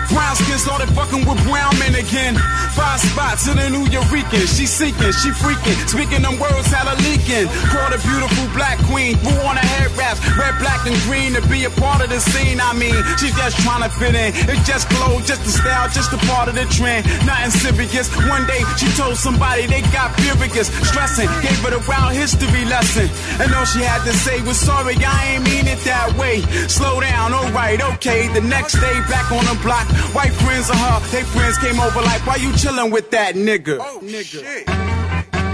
Brown skin started fucking with brown men again. Five spots in the New Eurekan. She seeking, she freaking. Speaking them words, had her leaking. Called a beautiful black queen. Who on her head wraps, red, black, and green to be a part of the scene. I mean, she's just trying to fit in. It's just glow, just the style, just a part of the trend. Nothing serious. One day she told somebody they got furious. Stressing, gave it a wild history lesson. And all she had to say was sorry, I ain't mean it that way. Slow down, alright, okay. The next day, back on the block. White friends of her, they friends came over like, why you chilling with that nigga? nigga.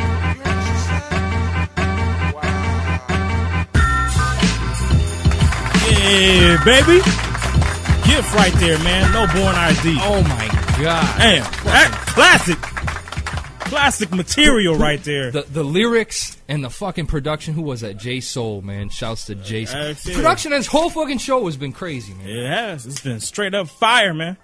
Yeah, baby. Gift right there, man. No born ID. Oh my god. Damn. That classic. Classic material right there. The the lyrics and the fucking production. Who was that? J Soul, man. Shouts to J Soul. That's it. Production on this whole fucking show has been crazy, man. It has. It's been straight up fire, man.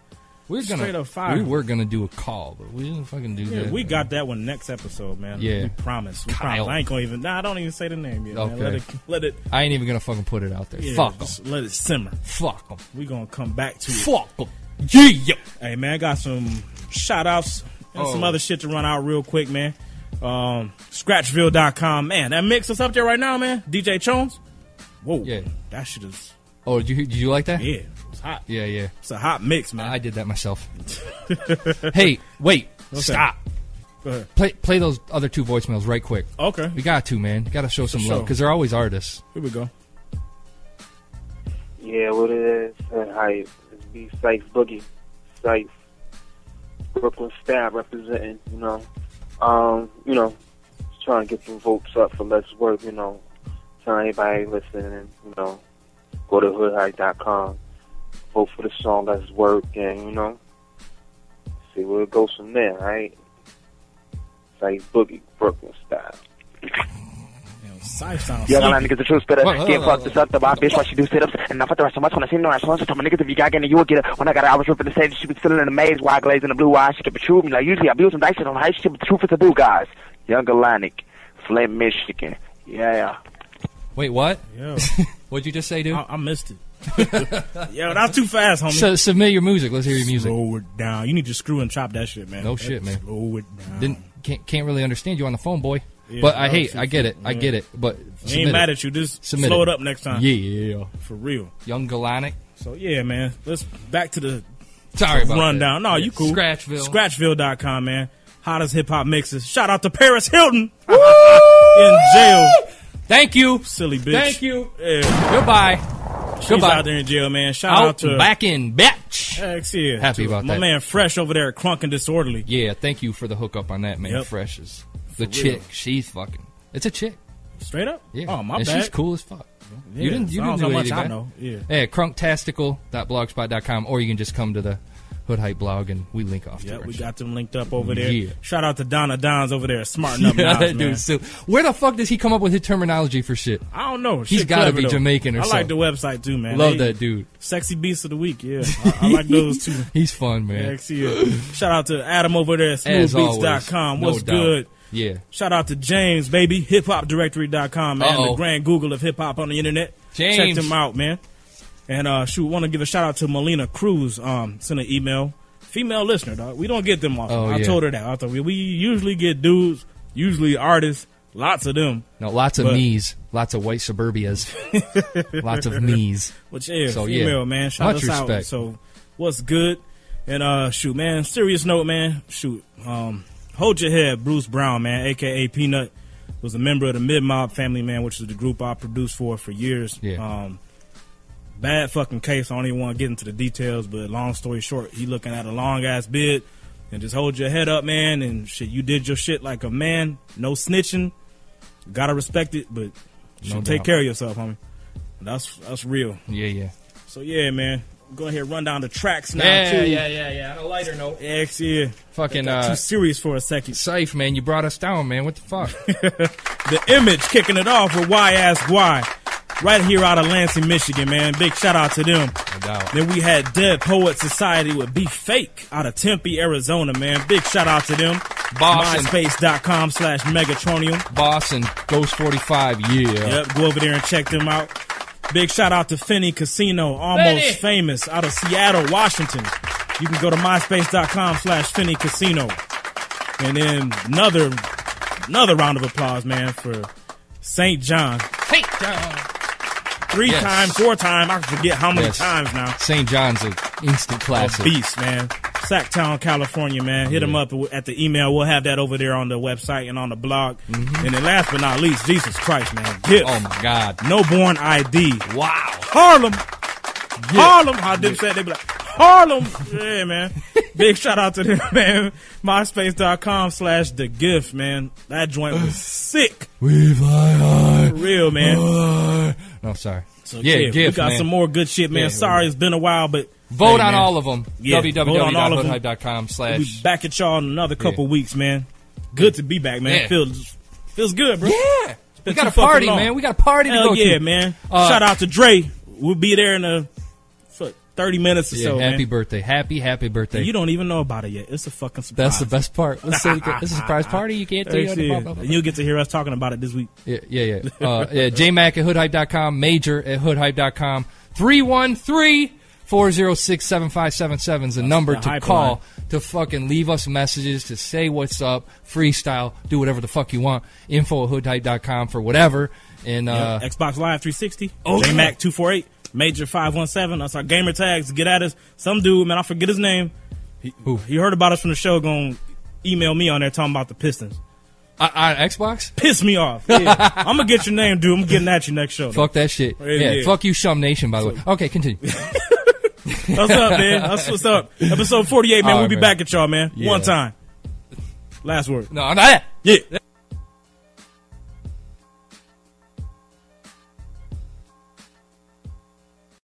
We're gonna straight up fire. We were gonna do a call, but we didn't fucking do Yeah, that. we got that one next episode, man. Yeah. we promise. We Kyle. promise. I ain't gonna even. Nah, I don't even say the name yet. Okay. Man. Let it. Let it. I ain't even gonna fucking put it out there. yeah, Fuck 'em. just Let it simmer. Fuck them. We gonna come back to it. Fuck them. Yeah. Hey man, I got some shout outs and some Oh. other shit to run out real quick, man. Um, scratchville.com, man. That mix is up there right now, man. DJ Chones. Whoa. Yeah. That shit is Oh, did you did you like that? Yeah, it's hot. Yeah, yeah. It's a hot mix, man. I did that myself. hey, wait, stop. Go ahead. Play play those other two voicemails right quick. Okay. We got to, man. Got to show some For love sure. because they're always artists. Here we go. Yeah, what it is, and hype. It's B Sykes Boogie. Sykes. Brooklyn Stab representing, you know. Um, you know, just trying to get some votes up for Let's Work, you know. Telling anybody listening, you know, go to hoodhype.com, vote for the song Let's Work, and, you know, see where it goes from there, right? Sykes Boogie, Brooklyn Stab. Sife sounds Young line sleepy. niggas, the truth better. Hold on, uh, Can't hold on, fuck this up, the bitch, why she do sit ups. And I fuck the rest of my when I seen her, I saw her, so tell my niggas if you got getting, you will get her. When I got her, I was ripping the same, she was still in the maze, wide glaze in the blue eyes. She kept protruding me. Like, usually I build some dice shit on high shit, but the truth is the blue guys. Young Atlantic, Flint, Michigan. Yeah. Wait, what? Yeah. What'd you just say, dude? I, I missed it. Yo, that's too fast, homie. So, submit your music. Let's hear your music. Slow it down. You need to screw and chop that shit, man. No That- shit, man. Slow it down. Didn't can't, can't really understand you on the phone, boy. Yeah, but I no, hate. shit, I get it. I yeah. get it. But I ain't mad at you. Just slow it up next time. Yeah, yeah, yeah. For real. Young Galanic. So yeah, man. Let's back to the Sorry about rundown. that. No, Yeah, you cool. Scratchville. Scratchville.com, man. Hottest hip hop mixes. Shout out to Paris Hilton in jail. Thank you, silly bitch. Thank you. Yeah. Goodbye. She's Goodbye. out there in jail, man. Shout Out out, to back in bitch. Heck yeah. Happy to about my that. man Fresh over there, at crunk and disorderly. Yeah, thank you for the hookup on that, man. Yep. Fresh is the For chick. real. She's fucking. It's a chick. Straight up. Yeah. Oh my and bad. She's cool as fuck. Yeah, you didn't. You as didn't long do as how anything much I bad. know, yeah. Yeah. Crunktastical.blogspot.com, or you can just come to the Hood Hype blog and we link off. Yeah, to we got them linked up over there. Yeah. Shout out to Donna Don's over there, smarting up now. that dude's still- Where the fuck does he come up with his terminology for shit? I don't know. He's Shit gotta clever, be though. Jamaican or I like something. the website too, man. Love that dude. Sexy Beast of the Week, yeah. I, I like those too. He's fun, man. Yeah, I see it. Shout out to Adam over there at As always, smoothbeats.com. no What's doubt. good? Yeah. Shout out to James, baby. HipHopDirectory.com, man. Uh-oh. The grand Google of hip hop on the internet. Check James. them out, man. And uh, shoot, want to give a shout out to Melina Cruz. Um, sent an email. Female listener, dog. We don't get them often. Oh, I yeah. told her that. I thought we, we usually get dudes, usually artists, lots of them. No, lots of But- me's, lots of white suburbias, lots of me's. Which yeah, so yeah, female man. Shout much us respect. out. So what's good? And uh shoot, man, serious note, man. Shoot. Um hold your head, Bruce Brown, man, aka Peanut, was a member of the Mid Mob family, man, which is the group I produced for for years. Yeah. Um bad fucking case. I don't even want to get into the details, but long story short, he looking at a long ass bid and just hold your head up, man, and shit, you did your shit like a man. No snitching. Gotta respect it, but No should take doubt. care of yourself, homie. That's that's real. Yeah, yeah. So yeah, man. Go ahead, run down the tracks now. Yeah, too. yeah, yeah, yeah. On a lighter note. X, yeah. Fucking, Got uh, too serious for a second. Safe, man. You brought us down, man. What the fuck? the image kicking it off with Why Ask Why. Right here out of Lansing, Michigan, man. Big shout out to them. doubt. Then we had Dead Poet Society with Be Fake out of Tempe, Arizona, man. Big shout out to them. Boston. MySpace.com slash Megatronium. Boston Ghost 45, yeah. Yep, go over there and check them out. Big shout out to Finney Casino, almost Finney! famous, out of Seattle, Washington. You can go to myspace.com slash Finney Casino. And then another another round of applause, man, for St. John. Take down. Three Yes. time, four time, I forget how many Yes. times now. St. John's an instant classic. A beast, man. Sacktown, California, man. Hit them up at the email. We'll have that over there on the website and on the blog. And then last but not least, Jesus Christ, man. Gift. Mm-hmm. Oh my God. No Born ID. Wow. Harlem. Harlem. How Dip said they be like, Harlem. yeah, man. Big shout out to them, man. MySpace.com slash the gift, man. That joint was sick. We fly high. For real, man. No, sorry. So, Uh, yeah, yeah, gift, we got man. some more good shit, man. Yeah. Sorry, it's been a while, but Vote Hey, on man. all of them. Yeah, vote on all of them. www.hoodhype.com We'll be slash. back at y'all in another couple weeks, man. Good to be back, man. Yeah. Feels feels good, bro. Yeah, We got a party, man. We got a party to Hell go to. yeah, man. Uh, Shout out to Dre. We'll be there in a fuck, thirty minutes or Yeah, so. man. happy birthday. Happy, happy birthday. And you don't even know about it yet. It's a fucking surprise. That's the best part. Let's say you get- it's a surprise party. You can't tell you That's anything it. about- And you'll get to hear us talking about it this week. Yeah, yeah, yeah. Uh, yeah JMac at hoodhype.com, Major at hoodhype.com, 313 406 7577 is the number the to hype call line. to fucking leave us messages, to say what's up, freestyle, do whatever the fuck you want. Info at hoodhype.com for whatever. And uh, Yeah, Xbox Live 360, Oh, JMac yeah. 248, Major 517. That's our gamer tags. Get at us. Some dude, man, I forget his name. He, he heard about us from the show, going to email me on there talking about the Pistons. on- on Xbox? Piss me off. Yeah. I'm going to get your name, dude. I'm getting at you next show. Fuck that shit. Yeah, Yeah, yeah. fuck you, Shum Nation, by the way. Okay, continue. What's up, man? That's what's up. Episode 48, man. All we'll right, be man. back at y'all, man. Yeah. One time. Last word. No, not that. Yeah.